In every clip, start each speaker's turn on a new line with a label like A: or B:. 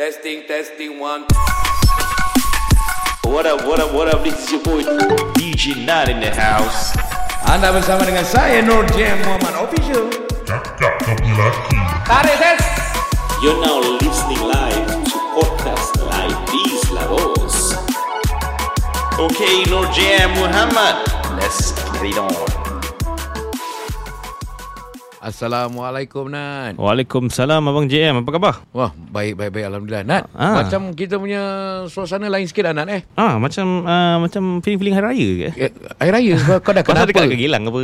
A: Testing, testing, one.
B: What up, what up, what up? This is your boy DJ Not in the house.
A: Anda bersama dengan saya, Nur Jam Muhammad Official.
C: Cakap kau punya laki
A: Tarik test.
B: You're now listening live to podcast live Bees La Voz. Okay, Norjan Muhammad, let's get it on.
A: Assalamualaikum, Nat.
D: Waalaikumsalam Abang JM Apa khabar?
A: Wah, baik, baik, baik. Alhamdulillah. Nat,
D: Ah.
A: macam kita punya suasana lain sikit lah, Nat, eh.
D: Ah macam uh, macam feeling-feeling hari raya ke?
A: Eh, Air raya sebab kau dah
D: Pasal
A: kenapa?
D: dekat ke Gelang apa?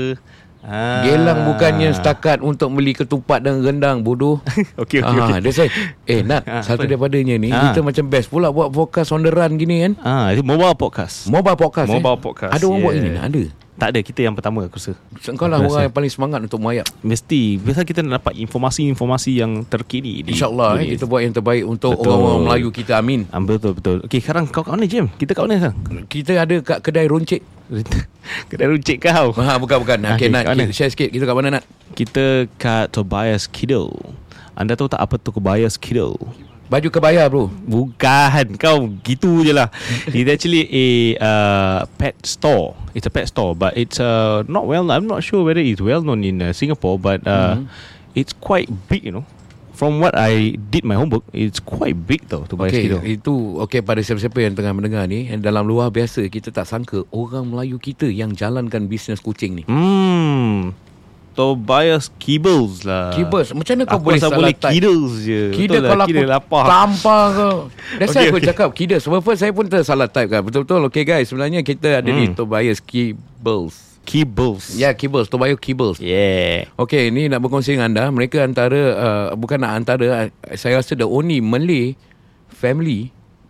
D: Ah.
A: Gelang bukannya setakat untuk beli ketupat dan rendang bodoh.
D: Okey, okey,
A: Ah,
D: okey.
A: that's why. Eh, Nat,
D: Ah,
A: satu
D: apa?
A: daripadanya ni,
D: Ah.
A: kita macam best pula buat podcast on the run gini kan.
D: Ah, itu mobile podcast.
A: Mobile podcast eh.
D: Mobile podcast,
A: Ada orang buat
D: yeah.
A: ini, Nat? Ada.
D: tak ada kita yang pertama aku rasa.
A: Kau lah orang
D: Aku rasa.
A: yang paling semangat untuk merayap.
D: Mesti biasa kita nak dapat informasi-informasi yang terkini di
A: InsyaAllah eh,
D: dunia.
A: kita buat yang terbaik untuk
D: Betul.
A: orang-orang Melayu kita amin.
D: Ah, betul betul. Okey, sekarang kau kat mana JM? Kita kat mana sekarang?
A: Kita ada kat kedai roncit.
D: Kedai runcit kau.
A: Ha, bukan bukan. Okay,
D: Okey,
A: Nat,
D: kat mana?
A: kita share sikit. Kita kat mana Nat?
D: Kita kat Tobias Kiddo. Anda tahu tak apa tu Tobias Kiddo?
A: Baju kebaya bro.
D: Bukan Kau gitu je lah It's actually a uh, pet store It's a pet store But it's uh, not well I'm not sure whether it's well known in uh, Singapore But
A: Mm-hmm.
D: uh, it's quite big you know From what I did my homework It's quite big tau To buy
A: Okay,
D: Skido
A: itu okay pada siapa-siapa yang tengah mendengar ni yang dalam luar biasa kita tak sangka orang Melayu kita yang jalankan bisnes kucing ni.
D: Hmm Tobias Kibbles lah
A: Kibbles. Macam mana kau
D: Aku
A: boleh
D: asal
A: salah
D: boleh
A: type?
D: Kiddos je
A: Kida
D: Betul lah,
A: kalau
D: Kidda
A: aku
D: lapar
A: tampar kau. That's why
D: Okey,
A: aku
D: okey.
A: cakap kida. Sebab first saya pun tersalah type kan. Betul-betul okay guys. Sebenarnya kita ada
D: Hmm.
A: ni Tobias Kibbles.
D: Kibbles
A: Ya, yeah, Kibbles. Tobias Kibbles.
D: Yeah
A: Okey, ni nak berkongsi dengan anda. Mereka antara uh, bukan nak antara uh, saya rasa the only Malay family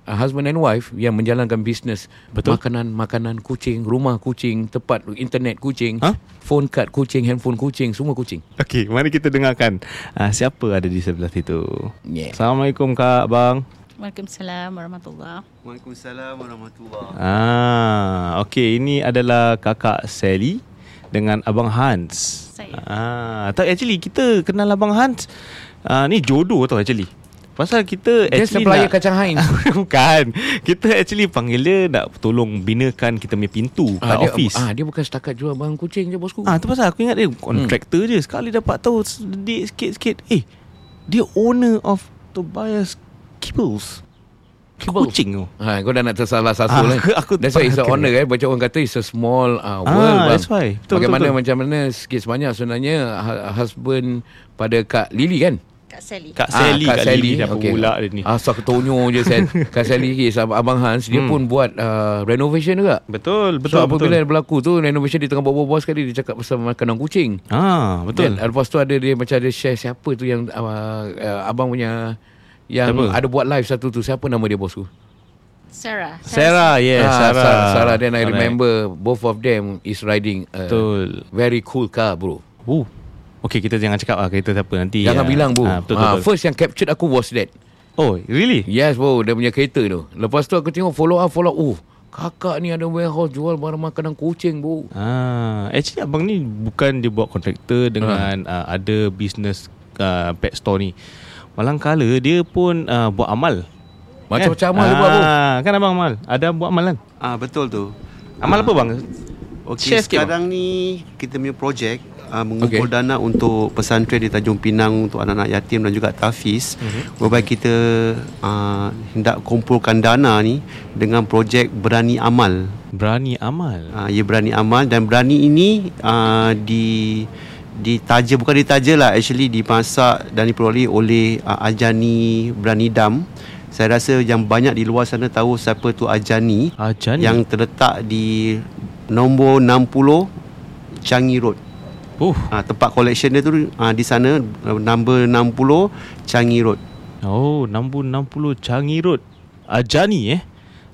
A: uh, husband and wife yang menjalankan bisnes
D: Betul.
A: makanan-makanan kucing, rumah kucing, tempat internet kucing,
D: Hah?
A: phone card kucing, handphone kucing, semua kucing.
D: Okey, mari kita dengarkan uh, siapa ada di sebelah situ.
A: Yeah.
D: Assalamualaikum Kak Bang.
E: Waalaikumsalam warahmatullahi
D: Ah, okey, ini adalah kakak Sally dengan abang Hans.
E: Saya.
D: Ah, tak actually kita kenal abang Hans. Ah, ni jodoh tau actually. Pasal kita
A: Dia
D: actually
A: supplier
D: nak- Ah,
A: kacang Heinz.
D: Bukan Kita actually panggil dia Nak tolong binakan Kita punya pintu Kat
A: dia,
D: office
A: Ah, dia bukan setakat jual barang kucing je bosku.
D: Ah tu pasal aku ingat dia kontraktor hmm. je. Sekali dapat tahu sedikit sikit-sikit. Eh, dia owner of Tobias
A: Kibbles.
D: Kibbles. Kibbles. Kucing tu.
A: Ha, kau dah nak tersalah sasul
D: Ah,
A: kan.
D: aku- aku
A: that's why it's a
D: terperangkan.
A: honor kan. Macam orang kata it's a small uh,
D: Ah,
A: world. bang.
D: that's why. Betul,
A: Bagaimana
D: betul,
A: macam mana sikit sebanyak sebenarnya hu- husband pada Kak Lily kan?
E: Kak Sally.
D: Kak Sally, Ah, Kak, Sally dah okay. pula dia ni.
A: Asal ketonyo je Sel. Kak Sally ni Abang Hans dia pun buat uh, renovation juga.
D: Hmm. Betul,
A: so apabila berlaku tu renovation dia tengah buat-buat sekali dia cakap pasal makanan kucing.
D: Ah, betul.
A: Dan lepas tu ada dia macam ada share siapa tu yang uh, uh, abang punya yang
D: Siapa?
A: ada buat live satu tu siapa nama dia bosku?
E: Sarah.
D: Sarah, yes,
A: Ah,
D: Ya, Sarah.
A: Sarah. Sarah then I
D: Correct.
A: remember both of them is riding a
D: Betul.
A: very cool car bro.
D: Oh. Okay, kita jangan cakap lah kereta siapa nanti.
A: Jangan
D: ah.
A: bilang bro.
D: Ah, betul,
A: Ah,
D: betul, betul.
A: first yang captured aku was that.
D: Oh, really?
A: Yes bro, dia punya kereta tu. Lepas tu aku tengok follow up follow up. Oh, kakak ni ada warehouse jual barang makanan kucing bro.
D: Ah, actually abang ni bukan dia buat kontraktor dengan
A: Ah.
D: uh. Uh, ada bisnes uh, pet store ni. Malangkala dia pun uh, buat amal.
A: Macam-macam amal dia buat, bro.
D: Kan abang amal. Ada buat amal kan?
F: Ah betul tu.
D: Amal apa bang?
F: Okey
D: Share sikit,
F: sekarang ni kita punya projek uh, mengumpul okay. dana untuk pesantren di Tanjung Pinang untuk anak-anak yatim dan juga tahfiz. Mm-hmm. Whereby kita uh, hendak kumpulkan dana ni dengan projek Berani Amal.
D: Berani amal.
F: Uh, ia Berani Amal dan Berani ini uh, di ditaja bukan ditaja lah actually dimasak dan diperoleh oleh uh, Ajani Berani Dam. Saya rasa yang banyak di luar sana tahu siapa tu Ajani.
D: Ajani.
F: Ah. yang terletak di nombor 60 Changi Road.
D: uh.
F: Ah tempat collection dia tu ah, di sana ah, number 60 Changi Road.
D: Oh, Nambu 60 Changi Road. Ajani eh.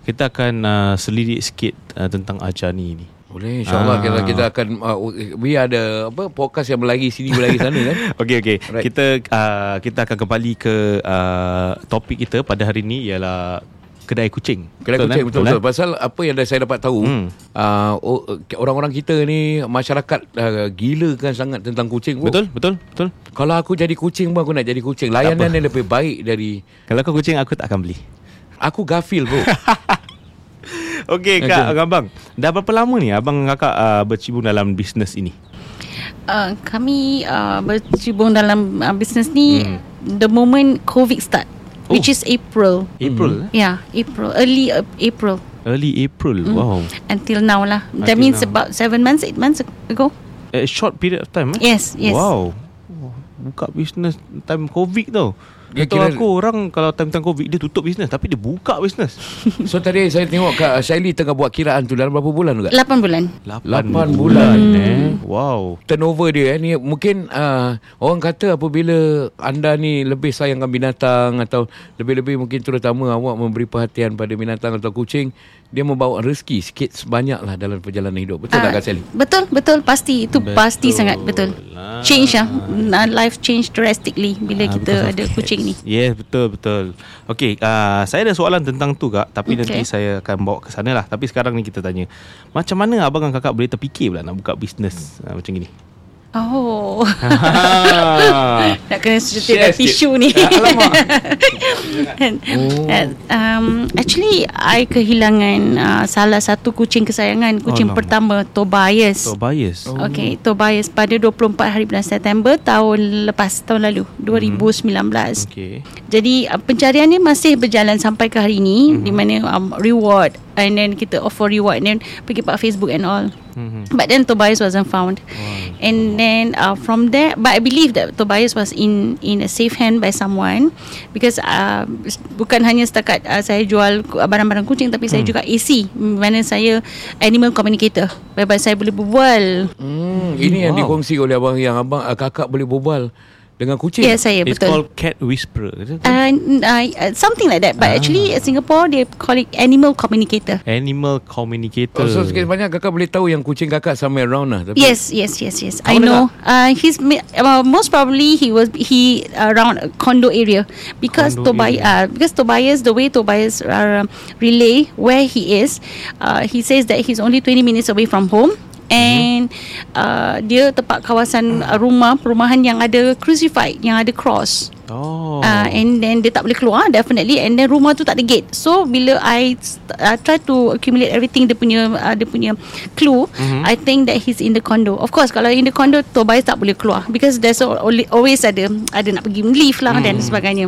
D: Kita akan uh, selidik sikit uh, tentang Ajani ni.
A: Boleh insyaAllah
D: Ah.
A: kita, kita akan uh, We ada apa podcast yang berlari sini berlari sana kan
D: Okey okey.
A: Right.
D: Right. Kita uh, kita akan kembali ke uh, topik kita pada hari ini ialah kedai kucing.
A: Kedai
D: Betul,
A: kucing
D: kan?
A: betul betul. Pasal apa yang dah saya dapat tahu, hmm.
D: Hmm.
A: uh, o- orang-orang kita ni masyarakat uh, gila kan sangat tentang kucing.
D: kan? Betul, betul, betul.
A: Kalau aku jadi kucing pun aku nak jadi kucing. Layanan yang lebih baik dari
D: Kalau kau kucing aku tak akan beli.
A: aku Garfield bro.
D: Okey kak, abang. Dah berapa lama ni abang dan kakak uh, bercibung dalam bisnes ini?
E: Uh, kami uh, bercibung dalam uh, bisnes ni the moment COVID start,
D: Hmm. Oh.
E: which is April.
D: April. eh?
E: Yeah, April, early uh, April
D: Early April.
E: Hmm.
D: Wow.
E: until now lah.
D: Until
E: That means
D: now.
E: about seven months, eight months ago.
D: A short period of time. Eh?
E: Yes, yes.
D: Wow. Wah, Buka bisnes time COVID tau.
A: Dia
D: Dia tahu
A: kira-
D: aku orang kalau time-time COVID dia tutup bisnes tapi dia buka bisnes.
A: so tadi saya tengok Kak Shaili tengah buat kiraan tu dalam berapa bulan juga?
E: Lapan bulan.
D: Lapan
A: Lapan
D: eh. Wow.
A: turnover dia eh, ni mungkin uh, orang kata apabila anda ni lebih sayangkan binatang atau lebih-lebih mungkin terutama awak memberi perhatian pada binatang atau kucing dia membawa rezeki sikit sebanyak lah dalam perjalanan hidup betul uh, tak
E: Ah,
A: Kak Sally?
E: Betul, betul. Pasti. Itu betul pasti sangat betul.
D: lah. Ah,
E: Change lah. Nah, Life change drastically bila
D: because of
E: kita ada
D: cats.
E: kucing ni.
D: Yes, betul betul. Okey, uh, saya ada soalan tentang tu kak, tapi okay. nanti
E: Okey.
D: saya akan bawa ke sana lah. Tapi sekarang ni kita tanya, macam mana abang dan kakak boleh terfikir pula nak buka bisnes uh, macam gini?
E: Oh.
D: Ah.
E: Nak kena sejuta dengan tisu ni And,
D: Oh.
E: and, um, Actually I kehilangan uh, Salah satu kucing kesayangan Kucing
D: Alamak.
E: pertama Tobias
D: So bias. Oh.
E: Okay Tobias pada 24 hari bulan September Tahun lepas Tahun lalu 2019
D: Okey.
E: Jadi uh, pencarian ni masih berjalan sampai ke hari
D: Hmm.
E: ni mm-hmm. di mana um, reward and then kita offer reward and then pergi pak Facebook and all.
D: Hmm.
E: Mm-hmm. But then Tobias wasn't found. Wow. And then uh, from there but I believe that Tobias was in in a safe hand by someone because uh, s- bukan hanya setakat uh, saya jual ku- barang-barang kucing tapi saya juga AC mana saya animal communicator. Whereby saya boleh berbual.
A: Hmm, ini wow. yang
D: Wow.
A: dikongsi oleh abang yang abang uh, kakak boleh berbual dengan kucing.
E: Ya yeah, saya
D: It's
E: betul.
D: called cat whisperer. Is it?
E: And uh, something like that. But ah. actually, Singapore they call it animal communicator.
D: Animal communicator.
A: Oh, so sikit banyak kakak boleh tahu yang kucing kakak somewhere around lah. Tapi
E: Yes, yes, yes, yes.
A: Kawan
E: I know. Uh, he's ma- uh, most probably he was he around a condo area because
D: Condo
E: Tobias uh, because Tobias the way Tobias uh, relay where he is, uh, he says that he's only 20 minutes away from home. And uh, dia tepat kawasan uh, rumah perumahan yang ada crucified, yang ada cross.
D: Oh.
E: Uh, and then dia tak boleh keluar definitely and then rumah tu tak ada gate. So bila I st- uh, try to accumulate everything dia punya uh, dia punya clue,
D: Mhm.
E: mm-hmm. I think that he's in the condo. Of course kalau in the condo Tobias tak boleh keluar because there's al- al- always ada ada nak pergi leave lah mm. dan
D: Mhm.
E: sebagainya.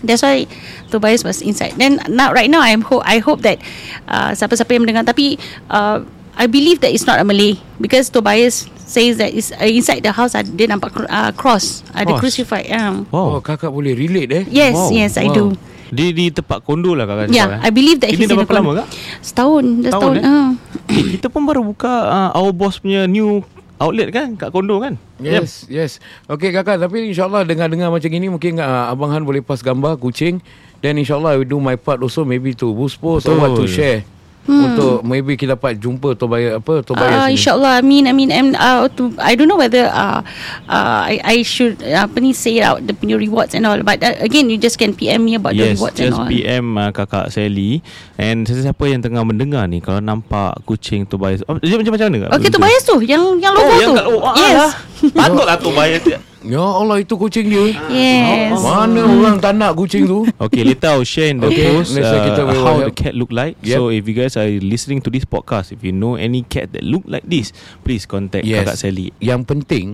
E: That's why Tobias was inside. Then now right now I'm hope I hope that uh, siapa-siapa yang mendengar tapi uh, I believe that it's not a Malay because Tobias says that is uh, inside the house uh, dia nampak cr- uh, cross, ada
D: Cross.
E: crucified. Um.
A: Oh,
D: Wow.
A: kakak boleh relate eh.
E: Yes,
D: Wow.
E: yes, I
A: Wow.
E: do.
D: Dia di tempat kondo lah kakak.
E: Yeah,
D: cakap, eh?
E: Ya, I believe that
D: Ini
E: he's
D: dah
E: in a
D: berapa lama
E: con-
D: kak?
E: Setahun, dah
D: Setahun,
E: setahun.
D: eh?
E: ah.
D: Eh, kita pun baru buka uh, Our Boss punya new outlet kan kat kondo kan?
A: Yes, yes. Okey kakak, tapi insyaallah dengar-dengar macam ini mungkin uh, abang Han boleh pass gambar kucing. Then insyaallah I will do my part also maybe to boost post or what to
D: Betul.
A: share. Hmm. Untuk maybe kita dapat jumpa Tobias apa Tobias
E: Ah,
A: ni.
E: InsyaAllah Amin Amin and, uh, to, I don't know whether uh, uh, I, I should uh, Apa ni Say out The punya rewards and all But uh, again You just can PM me About
D: Yes,
E: the rewards and
D: just
E: all
D: PM uh, kakak Sally And sesiapa yang tengah mendengar ni Kalau nampak kucing tu bias oh, Dia macam-macam mana kak?
E: Okay tu bias tu Yang yang logo
D: Oh,
E: tu
D: yang kat oh, ah,
E: Yes
D: lah. Patutlah tu bias
A: Ya Allah itu kucing dia.
E: Yes
A: Mana orang tak nak kucing tu?
D: Okay, later I'll share in the
A: Okay,
D: post
A: let's say
D: uh,
A: kita will
D: how
A: help.
D: the cat look like.
A: Yep.
D: So if you guys are listening to this podcast, if you know any cat that look like this, please contact yes. kakak Sally.
A: Yang penting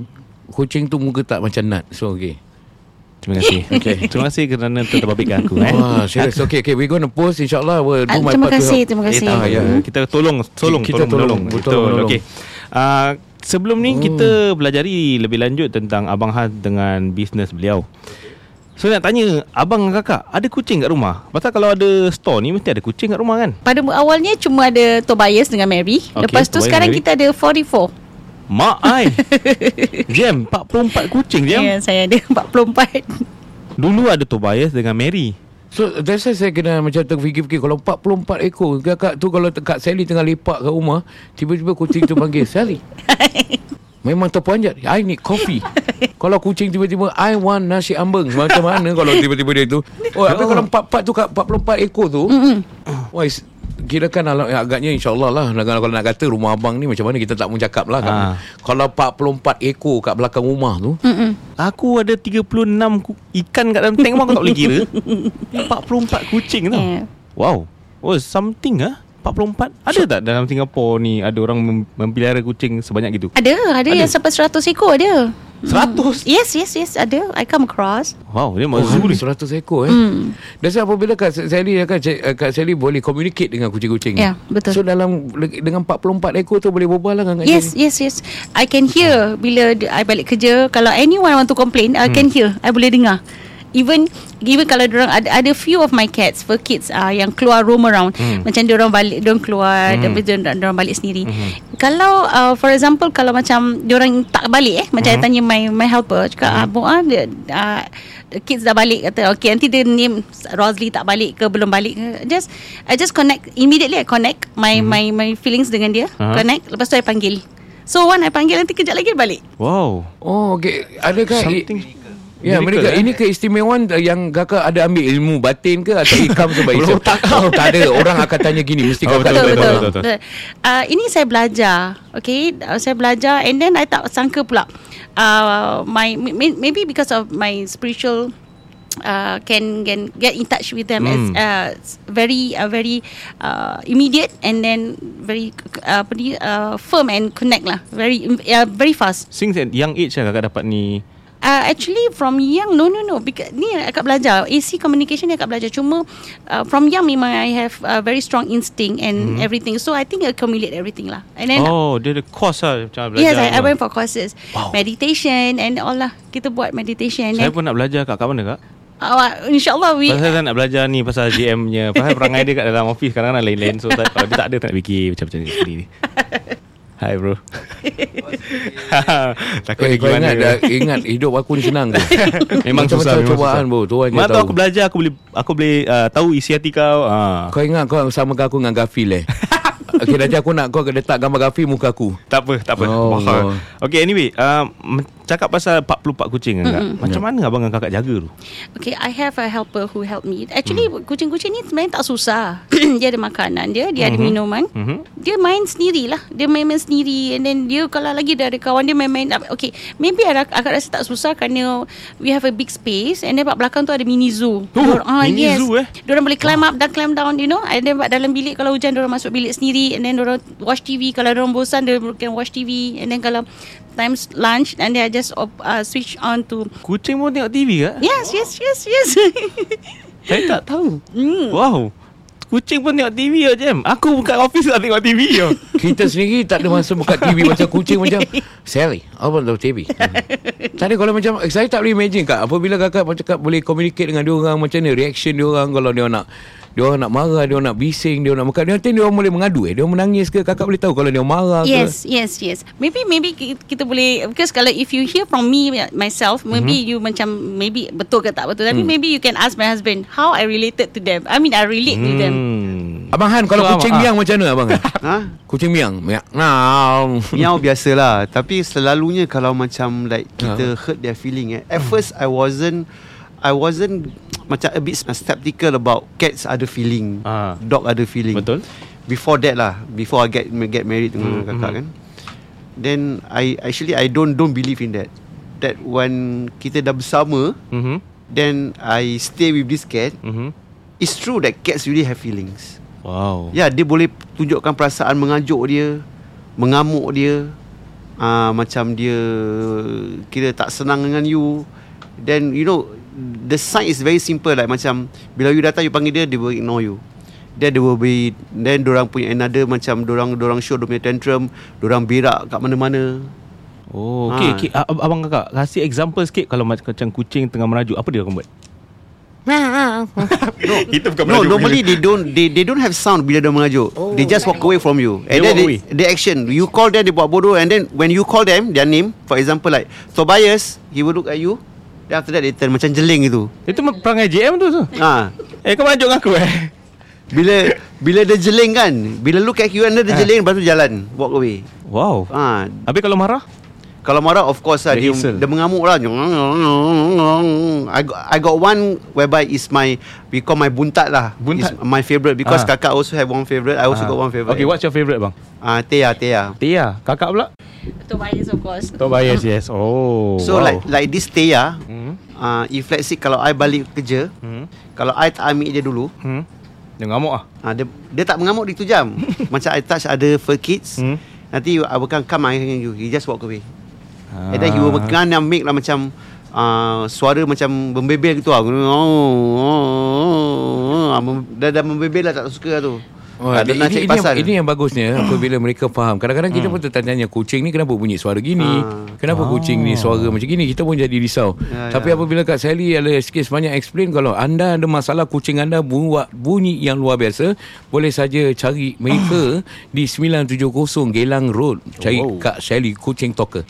A: kucing tu muka tak macam nut. So okay.
D: Terima kasih. okay. Terima kasih kerana tertababikkan aku. Eh.
A: Wah, serius. Okay, okay. We're going to post insyaallah we'll do
E: Ah,
A: my
E: Terima
A: part to
E: kasih
A: help.
E: Terima
D: Eh,
E: kasih
D: tak, ya.
A: Hmm.
D: Kita tolong, tolong,
A: Kita
D: tolong,
A: tolong,
D: tolong.
A: betul, tolong.
D: Okay. Uh, sebelum
E: Hmm.
D: ni kita pelajari lebih lanjut tentang Abang Han dengan bisnes beliau. So nak tanya Abang dan kakak Ada kucing kat rumah Pasal kalau ada store ni Mesti ada kucing kat rumah kan
E: Pada mu- awalnya Cuma ada Tobias dengan Mary
D: Okay,
E: Lepas tu
D: Tobias
E: sekarang
D: Mary.
E: kita ada 44
D: Mak ai Jam 44 kucing
E: Ya
D: Jam
E: yeah, saya ada 44
D: Dulu ada Tobias dengan Mary
A: So that's why saya kena macam terfikir-fikir Kalau 44 ekor Kakak tu kalau kat Sally tengah lepak kat rumah Tiba-tiba kucing tu panggil Sally Memang terperanjat I need coffee Kalau kucing tiba-tiba I want nasi ambeng Macam mana kalau tiba-tiba dia tu Oh, Tapi kalau empat-empat tu kat 44 ekor tu mm Wah is- Kirakan ala- agaknya insyaAllah lah kalau, kalau nak kata rumah abang ni macam mana Kita tak mau cakap lah kan.
D: Ah.
A: Kalau 44 ekor kat belakang rumah tu
D: Aku ada 36 ku- ikan kat dalam tank pun aku tak boleh kira. 44 kucing tau.
E: Yeah.
D: Wow. Oh, something ah. 44. Ada tak dalam Singapura ni ada orang mem- mempelihara kucing sebanyak gitu?
E: Ada, ada, yang sampai 100 ekor ada.
D: 100.
E: Yes, yes, yes, ada. I come across.
D: Wow,
A: Oh,
D: dia mak zoo
A: Zuri
D: ni.
A: 100 ekor eh. Hmm. Dan saya apabila Kak Sally kan Kak Sally boleh communicate dengan kucing-kucing. ni.
E: Ya, betul.
A: So dalam dengan 44 ekor tu boleh berbual lah dengan Kak
E: Yes,
A: Sally.
E: yes, yes. I can hear bila d- I balik kerja. Kalau anyone want to complain, I can hear. I boleh dengar. Even even kalau orang ada ada few of my cats, for kids ah uh, yang keluar roam around. Macam dia orang balik, dia orang keluar, hmm. dia orang balik sendiri. Kalau uh, for example kalau macam dia orang tak balik eh, macam I tanya my my helper cakap ah hmm. ah dia ah, the kids dah balik kata okay nanti dia name Rosli tak balik ke belum balik ke. Just I just connect immediately I connect my my my feelings dengan dia.
D: Ah.
E: Connect lepas tu I panggil. So one I panggil nanti kejap lagi balik.
D: Wow.
A: Oh, okay. Adakah
D: Something
A: Ya, mereka
D: Miracle, eh?
A: ini keistimewaan yang kakak ada ambil ilmu batin ke atau ikam sebab Islam? Oh, tak ada. Orang akan tanya gini mesti
D: Oh,
A: kakak
E: betul
A: ada.
E: betul.
D: betul,
E: betul,
D: betul.
E: betul. Uh, ini saya belajar, okay? Uh, saya belajar and then I tak sangka pula. Uh, my may- maybe because of my spiritual uh, can can get in touch with them as uh, s- very uh, very uh, immediate and then very uh, apa ni uh, firm and connect lah very uh, very fast
D: Since at young age lah kakak dapat ni
E: Uh, actually from young No no no because, Ni akak belajar AC communication ni akak belajar Cuma uh, From young memang I have uh, Very strong instinct And hmm. everything So I think I accumulate everything lah And then
D: Mhm. Oh dia ada course lah Macam belajar
E: Yes I, I
D: apa.
E: went for courses wow. Meditation And all lah Kita buat meditation
D: Saya
E: and,
D: pun nak belajar kak Kat mana kak?
E: uh, InsyaAllah we
D: Pasal saya nak belajar ni Pasal GM punya Pasal perangai dia kat dalam office Kadang-kadang lain-lain So tak, kalau dia tak ada Tak nak fikir macam-macam ni sendiri ni Hi bro Takut
A: Eh,
D: dia
A: kau
D: gimana
A: ingat, dah, ingat hidup aku ni senang ke? Macam-macam
D: Memang susah memang
A: cubaan,
D: susah.
A: bro. Tuhan je
D: Mana tahu
A: tahu.
D: aku belajar Aku boleh Aku boleh uh, tahu isi hati kau Ah,
A: Kau ingat kau sama ke aku dengan Gafil eh? Okay, nanti aku nak kau letak gambar Gafil muka aku.
D: Tak apa Tak apa
A: Oh,
D: Bahar.
A: Allah.
D: Okay anyway uh, men- Cakap pasal 44 kucing kan, Kak?
A: Hmm. Ya.
D: Macam mana abang dengan kakak jaga tu
E: Okay, I have a helper who help me. Actually,
D: Hmm.
E: mm. kucing-kucing ni sebenarnya tak susah. dia ada makanan dia, dia
D: Mhm.
E: mm-hmm. ada minuman.
D: Hmm.
E: Mm-hmm. Dia main sendirilah. Dia main-main sendiri and then dia kalau lagi dia ada kawan dia main-main. Okay, maybe ada akak rasa tak susah kerana we have a big space and then kat belakang tu ada mini zoo.
D: Oh,
E: ah,
D: mini zoo, eh?
E: Diorang boleh climb up dan climb down, you know. And then kat dalam bilik kalau hujan diorang masuk bilik sendiri and then diorang watch TV. Kalau diorang bosan dia can watch TV and then kalau times lunch and then I just op- uh, switch on to
D: Kucing pun tengok TV kak?
E: Yes, yes, yes, yes.
D: Saya tak tahu
A: Hmm.
D: Wow Kucing pun tengok TV je Jam Aku buka office tak tengok TV je
A: Kita sendiri tak ada masa buka TV macam kucing macam Sally, apa tu TV? Tadi kalau macam eh, saya tak boleh imagine kak apabila kakak macam kak boleh communicate dengan dia orang macam ni reaction dia orang kalau dia nak dia orang nak marah, dia orang nak bising, dia orang nak makan. Dia nanti dia orang boleh mengadu eh. Dia orang menangis ke kakak boleh tahu kalau dia orang marah
E: Yes, yes, yes. Maybe maybe ki- kita boleh because kalau if you hear from me uh, myself, maybe mm-hmm. you macam maybe betul ke tak betul. Tapi mm. maybe you can ask my husband how I related to them. I mean I relate mm. to them.
D: Hmm.
A: ke. Abang Han kalau
D: So,
A: kucing
D: abang-
A: miang macam mana abang? Han?
F: Ha?
A: kucing miang. Miang. Nah.
F: Miau biasalah Tapi selalunya Kalau macam like Kita
D: Ya.
F: hurt their feeling eh. At
D: Hmm.
F: first I wasn't I wasn't Macam a bit skeptical About cats ada feeling
D: Ah.
F: Dog ada feeling
D: Betul. Hmm,
F: Before that lah Before I get get married Dengan mm-hmm. kakak kan Then I Actually I don't Don't believe in that That when Kita dah bersama
D: Mhm.
F: Then I stay with this cat
D: Mhm.
F: It's true that cats really have feelings
D: Wow.
F: Ya dia boleh tunjukkan perasaan mengajuk dia Mengamuk dia uh, Macam dia Kira tak senang dengan you Then you know The sign is very simple Like macam Bila you datang you panggil dia Dia will ignore you Then they will be Then dorang punya another Macam dorang dorang show Dorang punya tantrum Dorang berak kat mana-mana
D: Oh, okay,
F: Ha.
D: okay. A- ab- abang kakak, kasih example sikit kalau mac- macam kucing tengah merajuk, apa dia akan buat? no, itu bukan
F: No normally they don't They they don't have sound Bila dia mengajuk oh. They just walk away from you
D: They
F: And then
D: walk
F: they,
D: away.
F: they action You call them They buat bodoh And then when you call them Their name For example like Tobias He will look at you Then after that They turn macam jeling gitu
D: Itu me- perangai JM tu tu.
F: ha.
D: Eh, kau merajuk dengan aku eh?
F: Bila Bila dia jeling kan
D: Eh.
F: Bila look at you And then dia jeling Lepas tu jalan Walk away
D: Wow.
F: ha.
D: Habis kalau marah?
F: Kalau marah of course lah dia,
D: Dia hassle.
F: dia mengamuk lah. I got, I got one whereby is my we call my buntat lah.
D: Buntat?
F: Is my favourite because
D: Ah.
F: kakak also have one favourite. I also
D: Ah.
F: got one favourite.
D: Okay, what's your favourite bang?
F: Ah, Thea, Thea.
D: Tia. Kakak pula?
E: Tobias of course.
D: Tok Bias, yes. Oh.
F: So
D: wow.
F: like like this Thea, uh, if let's say kalau I balik kerja,
D: Hmm.
F: kalau I tak ambil dia dulu,
D: Hmm. Dia ngamuk ah.
F: Ah, dia, dia tak mengamuk di tu jam. Macam I touch other fur kids.
D: Hmm.
F: Hmm. Nanti I will come, come I hang you. He just walk away. Ah. And then he will kind of make lah macam uh, suara macam membebel gitu lah. Oh, oh, oh, oh. Dah, dah membebel lah tak suka lah tu. Oh,
A: Wah,
F: tak ada
A: ini,
F: nak cari
A: ini,
F: pasal. Hmm.
A: yang, ini yang bagusnya apabila mereka faham. Kadang-kadang kita pun tertanya-tanya kucing ni kenapa bunyi suara gini?
F: Ah.
A: Kenapa kucing ni suara macam gini? Kita pun jadi risau.
F: Ya,
A: Tapi
F: ya.
A: apabila Kak Sally ada kes banyak explain kalau anda ada masalah kucing anda buat bunyi yang luar biasa, boleh saja cari mereka
F: Ah.
A: di 970 Gelang Road. Cari
D: Wow.
F: Oh,
A: Kak Sally kucing talker.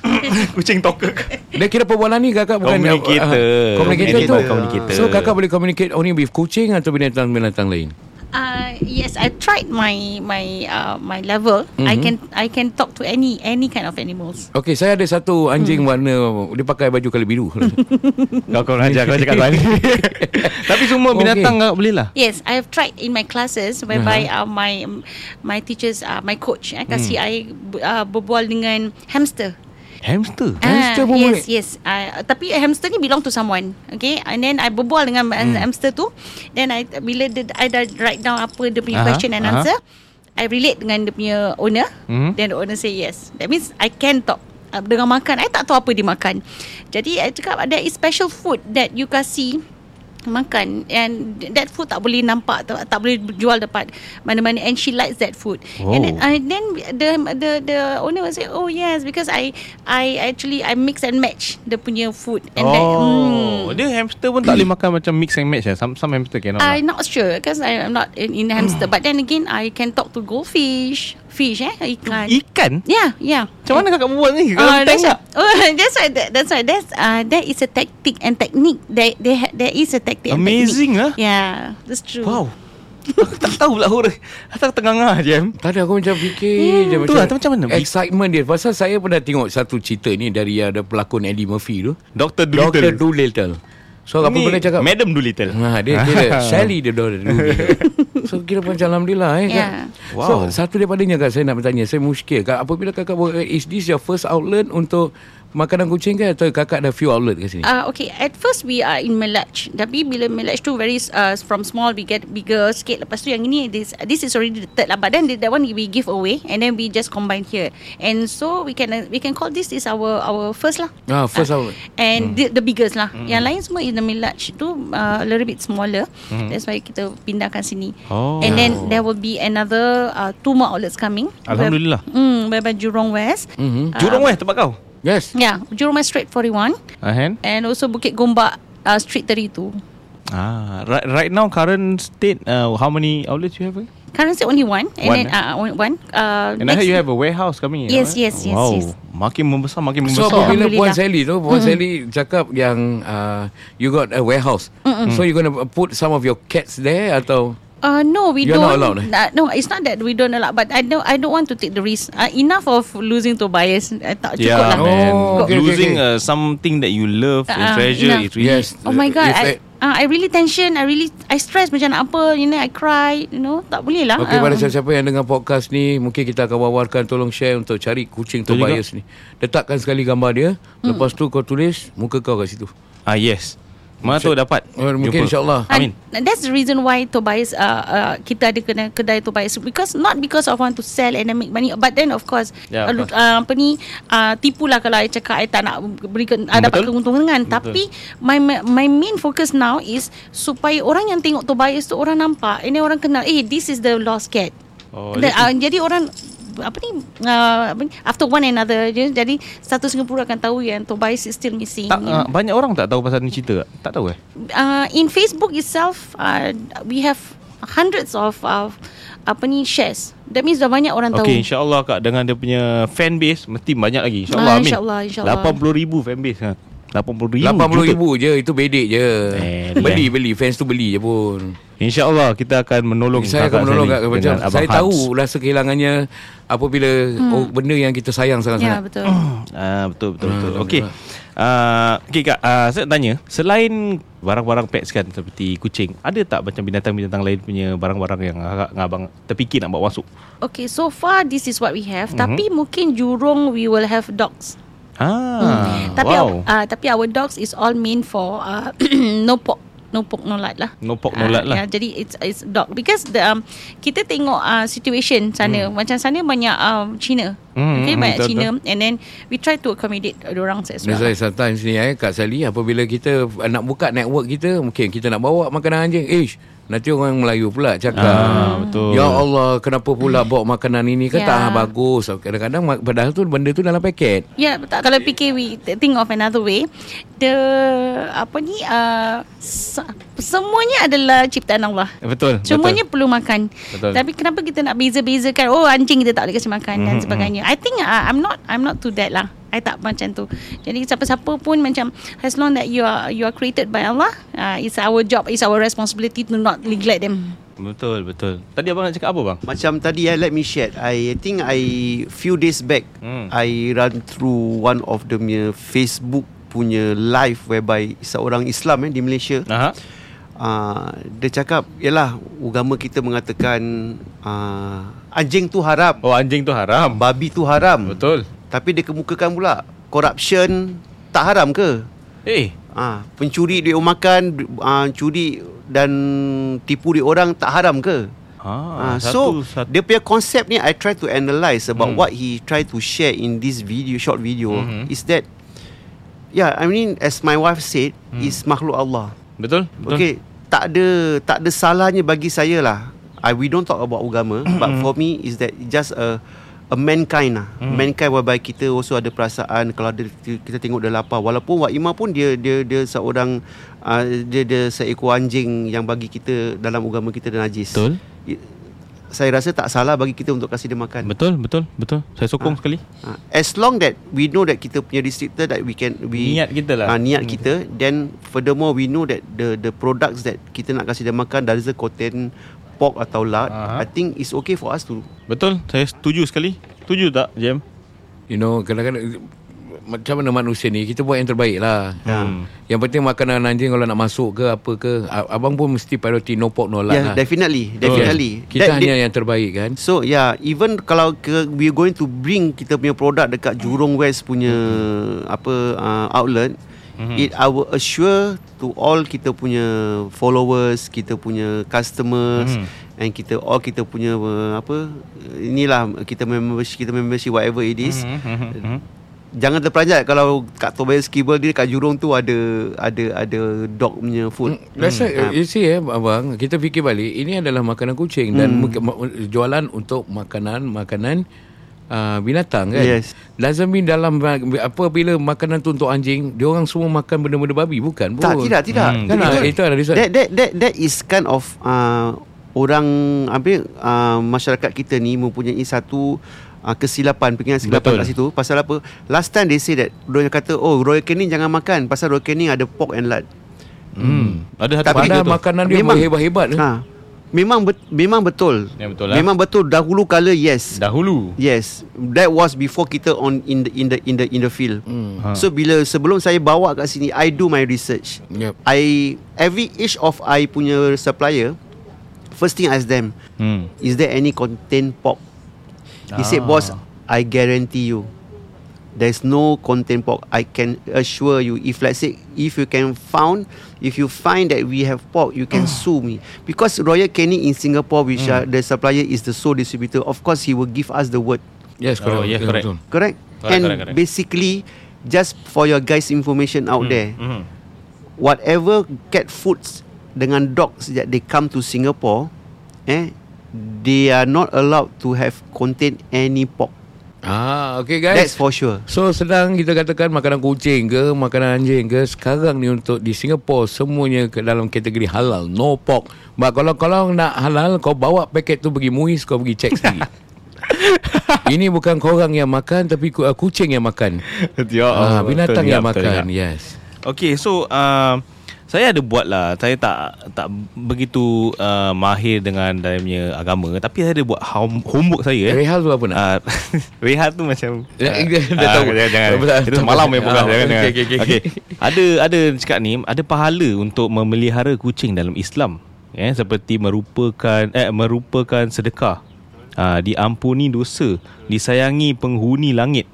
D: Kucing tokek.
A: Dia kira perbualan ni kakak bukan
D: Communicator.
A: ah, communicator tu.
D: Communicator.
A: So kakak boleh communicate only with kucing atau binatang-binatang lain.
E: Uh, yes, I tried my my uh, my level. I can I can talk to any any kind of animals.
A: Okey, saya ada satu anjing hmm. warna dia pakai baju kala biru.
D: Kau kau aja kau cakap tadi. Tapi semua
A: Okey.
D: binatang okay. boleh lah.
E: Yes, I have tried in my classes whereby uh-huh. uh, my my teachers uh, my coach eh, kasi I uh, berbual dengan hamster.
D: Hamster.
A: Hamster
E: Ah,
A: pun
E: yes,
A: boleh?
E: yes. Uh, tapi hamster ni belong to someone. Okay. And then I berbual dengan hmm. hamster tu. Then I bila dia, I dah write down apa dia
D: Aha,
E: punya uh-huh. question and
D: aha.
E: uh-huh. answer. I relate dengan dia punya owner.
D: Mhm.
E: Hmm. Then the owner say yes. That means I can talk. Uh, dengan makan. I tak tahu apa dia makan. Jadi I cakap there is special food that you kasi makan and that food tak boleh nampak tak, tak boleh jual dekat mana-mana and she likes that food and then,
D: Oh.
E: and then the the the owner will say oh yes because I I actually I mix and match the punya food and then mm,
D: Oh, dia hamster pun tak boleh makan macam mix and match ya. Some some hamster cannot.
E: I
D: lah.
E: not sure because I am not in, in hamster but then again I can talk to goldfish fish eh ikan
D: Ikan.
E: yeah yeah
D: Macam mana kakak buat ni? Kalau
E: Ah,
D: uh,
E: that's,
D: tank tak?
E: why, oh, that's why that, that's why that's uh, that is a tactic and technique. There there ha- there is a tactic.
D: Amazing
E: and
D: lah.
E: technique. Yeah, that's true.
D: Wow. aku tak tahu pula horror. Aku tengah-tengah je. em.
A: Tadi aku macam fikir je
D: Tu lah, tu macam mana?
A: Excitement dia Pasal saya pernah tengok Satu cerita ni Dari ada pelakon Eddie Murphy tu
D: Dr.
A: Dr.
D: Dolittle.
A: Doolittle So apa
D: Ni
A: pernah cakap
D: Madam Dolittle.
A: Ha, dia kira Sally dia dah So kira macam Alhamdulillah eh,
E: Ya.
A: Kak. So
D: Wow.
A: satu daripadanya Kak saya nak bertanya Saya muskil Kak, Apabila kakak buat eh, Is this your first outlet Untuk makanan kucing ke Atau kakak ada few outlet kat sini
D: Ah.
E: Uh, okay, at first we are in Melach. Tapi bila Melach tu very uh, from small we get bigger sikit. Lepas tu yang ini this this is already the third lah. But then the- that one we give away and then we just combine here. And so we can uh, we can call this is our our first lah.
A: Ah, first
D: Oh.
A: outlet
D: Hmm.
E: And the, the biggest lah. Yang lain semua in the Milaj tu uh, a little bit smaller. That's why kita pindahkan sini.
D: Hmm. Oh.
E: And then there will be another uh, two more outlets coming.
D: Alhamdulillah.
E: Where, mm, whereby Jurong West.
A: Mhm.
D: Jurong eh tempat kau.
A: Yes
E: Yeah, Jurong West Street 41
D: Ahan.
E: and also Bukit Gombak uh, Street 32.
D: Ah, right, right now current state uh, how many outlets you have? eh?
E: Currently only one and
D: One,
E: then
D: eh?
E: uh, only one. Uh,
D: And I heard you have a warehouse coming. eh,
E: Yes,
D: right?
E: yes, yes,
D: Wow.
E: yes.
D: Makin membesar, makin
A: So
D: membesar.
A: apabila Puan
E: Alhamdulillah.
A: Sally tu Puan Sally cakap yang uh, You got a warehouse So you gonna put some of your cats there Atau
E: Uh, no, we
A: You're
E: don't.
A: not allowed, eh?
E: Uh, no, it's not that we don't allow, but I don't. I don't want to take the risk. Uh, enough of losing to bias. Uh, tak cukup
D: Yeah,
E: lah.
D: man.
A: Oh, okay, okay,
D: Losing
A: okay.
D: Uh, something that you love and
E: Ah,
D: treasure,
E: enough.
D: it really
A: Yes.
E: Oh my god,
A: If
E: I,
A: I-
E: uh, I really tension, I really I stress macam nak apa, you know, I cry, you know, tak boleh lah.
A: Okay, pada
E: Ah.
A: siapa-siapa yang dengar podcast ni Mungkin kita akan wawarkan Tolong share untuk cari kucing
D: Betul
A: Tobias ni Letakkan sekali gambar dia
E: Mm.
A: Lepas tu kau tulis Muka kau kat situ
D: Ah yes. Mana tahu dapat.
A: Eh, mungkin
D: Jumpa.
A: insyaAllah.
D: Amin.
E: And that's the reason why Tobias uh, uh, kita ada kena kedai Tobias because not because I want to sell and then make money but then of course
D: Yeah,
E: yeah,
D: of
E: uh, uh, apa ni uh, tipulah kalau I cakap I tak nak beri ke, uh, dapat
D: Betul.
E: keuntungan tapi my my- my main focus now is supaya orang yang tengok Tobias tu orang nampak and then orang kenal eh this is the lost cat.
D: Oh,
E: Oh, dan, uh, jadi orang apa ni, uh, apa ni after one another je jadi satu Singapura akan tahu yang Tobias is still missing.
D: Tak,
E: you know.
D: uh, banyak orang tak tahu pasal ni cerita tak? Tak tahu eh?
E: uh, in Facebook itself, uh, we have hundreds of uh, apa ni shares. That means dah banyak orang
D: Okay,
E: tahu.
D: insyaAllah Kak Dengan dia punya fan base Mesti banyak lagi InsyaAllah
E: Ah,
D: Amin
E: insyaAllah, insyaAllah.
D: 80,000 fan base ha. RM80,000
A: RM80,000 je Itu bedek je
D: Eh,
A: Beli beli Fans tu beli je pun
D: InsyaAllah kita akan menolong
A: Saya akan
D: kakak
A: menolong
D: Sally
A: kat macam
D: dengan Abang
A: Saya
D: Hans.
A: tahu rasa kehilangannya Apabila oh, Benda yang kita sayang
E: Mm. Ya
A: sangat-sangat
E: betul
D: Ah betul betul betul. Okey. Ah okey Kak, ah, saya nak tanya, selain barang-barang pets kan seperti kucing, ada tak macam binatang-binatang lain punya barang-barang yang kakak dengan abang terfikir nak bawa masuk?
E: Okay so far This is what we have
D: Mhm.
E: Tapi mungkin jurung We will have dogs
D: Ah.
E: Tapi
D: wow.
E: our, uh, Tapi our dogs Is all meant for uh, No pork No pork no lard lah
D: No pork, no
E: Ah,
D: lard lah.
E: Ya, jadi it's it's dog because the um, kita tengok uh, situation sana hmm. macam sana banyak um, Cina.
D: Hmm,
E: Hmm, okay,
D: hmm,
E: banyak
D: betul,
E: Cina and then we try to accommodate orang as
A: Dan
E: well.
A: saya sometimes ni eh Kak Sally Apabila kita uh, nak buka network kita Mungkin kita nak bawa makanan anjing Ish Nanti orang Melayu pula cakap
D: Ah, betul.
A: Ya Allah Kenapa pula bawa makanan ini Kata
E: Ya.
A: yeah. bagus Kadang-kadang ma- Padahal tu benda tu dalam paket
E: Ya, yeah, tak kalau fikir we th- think of another way, the apa ni uh, se- semuanya adalah ciptaan Allah.
D: Betul.
E: Semuanya
D: betul.
E: perlu makan.
D: Betul.
E: Tapi kenapa kita nak beza-bezakan oh anjing kita tak boleh kasi makan dan
D: Mm-hmm.
E: sebagainya. I think uh, I'm not I'm not to that lah. I tak macam tu. Jadi siapa-siapa pun macam as long that you are you are created by Allah, uh, it's our job, it's our responsibility to not neglect them.
D: betul betul. Tadi abang nak cakap apa bang?
F: Macam tadi I let me share. I think I few days back
D: Hmm.
F: hmm. I run through one of the punya Facebook punya live whereby seorang Islam eh di Malaysia.
D: Aha.
F: Uh, dia cakap Yalah Agama kita mengatakan uh, Anjing tu haram
D: Oh anjing tu haram.
F: Babi tu haram
D: Betul.
F: Tapi dia kemukakan pula Corruption Tak haram ke?
D: Eh,
F: Ah, pencuri duit orang makan, du- ah, curi dan tipu duit orang tak haram ke?
D: Ah,
F: Ah,
D: satu-
F: so
D: satu- Hmm.
F: dia punya konsep ni I try to analyse about what he try to share in this video short video is that yeah, I mean as my wife said is makhluk Allah.
D: betul? Hmm. Betul.
F: Okay, tak ada tak ada salahnya bagi saya lah. I, we don't talk about agama
D: Hmm.
F: but for me is that just a a mankind lah.
D: Hmm.
F: Mankind whereby kita also ada perasaan kalau ada, kita tengok dia lapar walaupun Wak Ima pun dia dia dia seorang uh, dia dia seekor anjing yang bagi kita dalam agama kita dia najis.
D: Betul.
F: I- Saya rasa tak salah bagi kita untuk kasih dia makan.
D: Betul, betul, betul. Saya sokong sekali.
F: Ah, As long that we know that kita punya distributor that we can we
D: Niat kita lah.
F: ah, niat kita then furthermore we know that the the products that kita nak kasih dia makan dari contain pork atau lard
D: Aha.
F: uh-huh. I think it's okay for us to
D: Betul. Saya setuju sekali. Setuju tak, Jem?
A: You know Kadang-kadang Macam mana manusia ni Kita buat yang terbaik lah
D: Ah.
F: Hmm.
A: Yang penting makanan anjing Kalau nak masuk ke Apa ke a- Abang pun mesti priority No pork no lard
F: yeah
A: lah
F: definitely Ya, definitely
A: Kita
F: That-
A: hanya
F: that-
A: yang terbaik kan
F: So yeah, even kalau ke, we going to bring kita punya produk dekat Jurong West punya apa uh, outlet, it I will assure to all kita punya followers, kita punya customers and kita all kita punya uh, apa inilah kita membership kita membership whatever it is.
D: Hmm. Mhm.
F: Jangan terperanjat kalau kat Tobias Kibble dia kat Jurong tu ada ada ada dog punya food.
A: Hmm, That's right. You see eh abang, kita fikir balik ini adalah makanan kucing dan
F: Hmm.
A: muka- ma- jualan untuk makanan-makanan uh, binatang kan.
F: Yes.
A: Doesn't mean dalam ma- apa bila makanan tu untuk anjing, dia orang semua makan benda-benda babi bukan?
F: Tak,
A: pun.
F: tidak, tidak.
A: Hmm. Kan, ah, itu ada result.
F: That, that, that, that is kind of uh, orang apa uh, masyarakat kita ni mempunyai satu uh, kesilapan pengingat
D: Betul.
F: kesilapan kat situ pasal apa last time they say that dia kata oh Royal Canin jangan makan pasal Royal Canin ada pork and lard
D: Hmm. Ada satu
F: Tapi-
D: benda
A: Padahal
D: tu.
A: makanan dia
F: Memang.
A: hebat-hebat. Ha.
F: ha memang bet, memang betul
D: Ya, betul lah.
F: memang betul dahulu kala yes
D: dahulu.
F: Yes, that was before kita on in the in the in the in the field.
D: Ha.
F: Mm. So bila sebelum saya bawa kat sini, I do my research.
A: Yep.
F: I every each of I punya supplier, first thing I ask them,
D: Hmm.
F: is there any contain pork? He said, boss,
D: Ah.
F: I guarantee you, there's no contain pork. I can assure you. If let's say if you can found, if you find that we have pork, you
D: Ah.
F: can sue me because Royal Canin in Singapore, which
D: Hmm.
F: are the supplier is the sole distributor. Of course, he will give us the word.
A: Yes, correct.
D: Oh, yes,
A: betul,
D: correct.
A: betul.
F: Correct?
D: Correct,
F: and
D: correct, correct.
F: basically, just for your guys' information out there,
D: Hmm.
F: whatever cat foods dengan dogs that they come to Singapore, eh, they are not allowed to have contain any pork.
A: Ah, okay guys.
F: That's for sure.
A: So sedang kita katakan makanan kucing ke makanan anjing ke sekarang ni untuk di Singapura semuanya ke dalam kategori halal no pork. But kalau kalau nak halal kau bawa paket tu pergi MUIS kau pergi cek sendiri. Ini bukan korang yang makan tapi ku- uh, kucing yang makan.
D: Ya
A: Ah,
D: Allah,
A: binatang
D: betul,
A: yang
D: ingat, betul,
A: makan.
D: ingat.
A: Yes.
D: Okay, so uh, saya ada buat lah. Saya tak tak begitu uh, mahir dengan dalam punya agama, tapi saya ada buat hom- homework saya. Eh.
A: Rehal tu apa nak?
D: Uh, Rehat tu macam
A: Ya,
D: Ah,
A: dia- dia
D: ah,
A: tahu.
D: jangan, jangan.
A: Betul, betul.
D: Itu malam yang bukan
A: Ah,
D: jangan, jangan.
A: okey, okey, okey.
D: Okey. Ada ada cakap ni Ada pahala untuk memelihara kucing dalam Islam eh, Seperti merupakan eh, Merupakan sedekah ha, Diampuni dosa Disayangi penghuni langit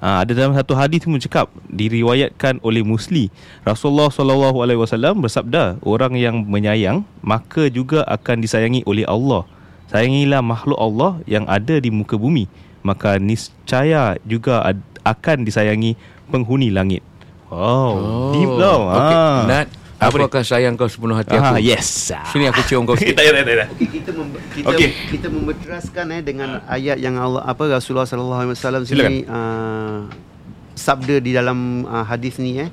D: ha, Ada dalam satu hadis pun cakap Diriwayatkan oleh Musli Rasulullah SAW bersabda Orang yang menyayang Maka juga akan disayangi oleh Allah Sayangilah makhluk Allah yang ada di muka bumi Maka niscaya juga ad- akan disayangi penghuni langit Wow oh. Deep tau
A: Okay.
D: Ah.
A: Nat,
D: Apa
A: aku
D: ni?
A: akan sayang kau sepenuh hati
D: Aha,
A: aku.
D: Yes
A: Sini aku cium kau sikit.
D: Tak payah, tak payah, tak payah.
F: kita mem, kita
D: Okey.
F: okay. kita memberteraskan eh dengan
D: Ah.
F: ayat yang Allah apa Rasulullah sallallahu alaihi wasallam sini uh, sabda di dalam uh, hadis ni eh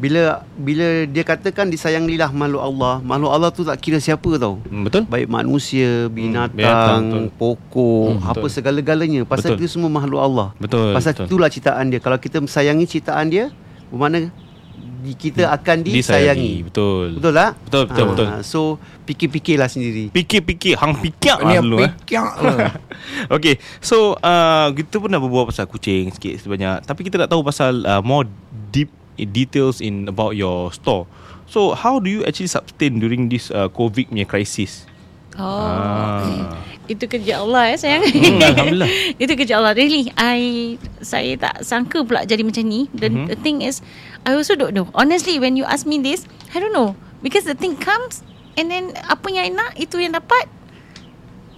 F: bila bila dia katakan disayangilah makhluk Allah makhluk Allah tu tak kira siapa tau
D: Hmm, Betul?
F: baik manusia binatang,
D: Hmm, binatang, betul.
F: pokok hmm, apa
D: betul.
F: segala-galanya pasal
D: Betul.
F: itu semua makhluk Allah
D: Betul,
F: pasal
D: betul.
F: itulah ciptaan dia kalau kita menyayangi ciptaan dia bermakna di- kita akan disayangi
D: Betul
F: betul tak Ah,
D: Betul, betul, betul.
F: so fikir-fikirlah sendiri
D: Pikir-pikir Hang pikir
A: Ni
D: lah dulu eh.
A: pikiak lah.
D: Okay So uh, Kita pernah berbual pasal kucing Sikit sebanyak Tapi kita nak tahu pasal uh, More deep details in About your store So how do you actually sustain During this uh, COVID punya crisis
E: Oh.
D: Ah.
E: Itu kerja Allah eh sayang.
D: Hmm, Alhamdulillah.
E: Itu kerja Allah really. I saya tak sangka pula jadi macam ni.
D: Mhm.
E: The, mm-hmm. the thing is I also don't know. Honestly when you ask me this, I don't know because the thing comes and then apa yang I nak itu yang dapat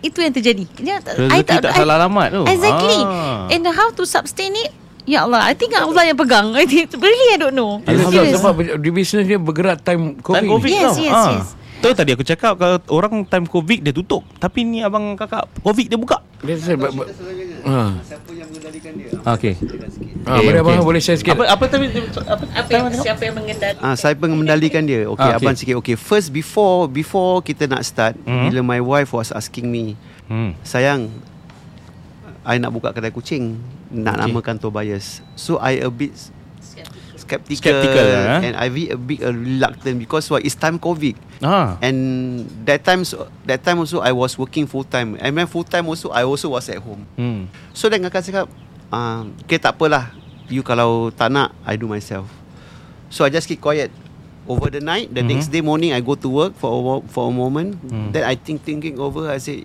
E: itu yang terjadi. Ya,
D: Rezeki tak salah alamat tu.
E: Exactly.
D: Ah.
E: And how to sustain it? Ya Allah, I think Allah yang pegang. I think, really I don't know.
A: Yelah,
D: Alhamdulillah.
E: Serious.
A: sebab di bisnes dia bergerak time COVID.
D: Time COVID
A: ni.
E: Yes,
D: tau.
E: yes,
D: Ah.
E: yes.
D: Tahu tadi aku cakap kalau orang time COVID dia tutup, tapi ni abang kakak COVID dia buka.
A: That's it, but, but, ha.
F: siapa yang mengendalikan dia
D: Okey.
A: Ha,
F: Eh,
A: okay, okay. boleh share sikit.
D: Apa apa tadi apa
E: Apa yang, siapa yang mengendali?
F: Ah, saya pun mengendalikan dia. Okey,
D: Ah, okey.
F: ah, okay. abang sikit. Okey, first before before kita nak start,
D: Hmm.
F: mm-hmm. bila my wife was asking me,
D: hmm.
F: sayang, I nak buka kedai kucing,
D: Okey.
F: nak okay. namakan Tobias. So I a bit skeptical,
D: Skeptical lah, eh?
F: and I be a bit uh, reluctant because why? It's time COVID.
D: Ah.
F: And that time so, that time also I was working full time. And when full time also I also was at home.
D: Hmm.
F: So dengan kakak cakap uh, Okay tak apalah You kalau tak nak I do myself So I just keep quiet Over the night The mm-hmm. next day morning I go to work For a, wo- for a moment mm. Then I think thinking over I say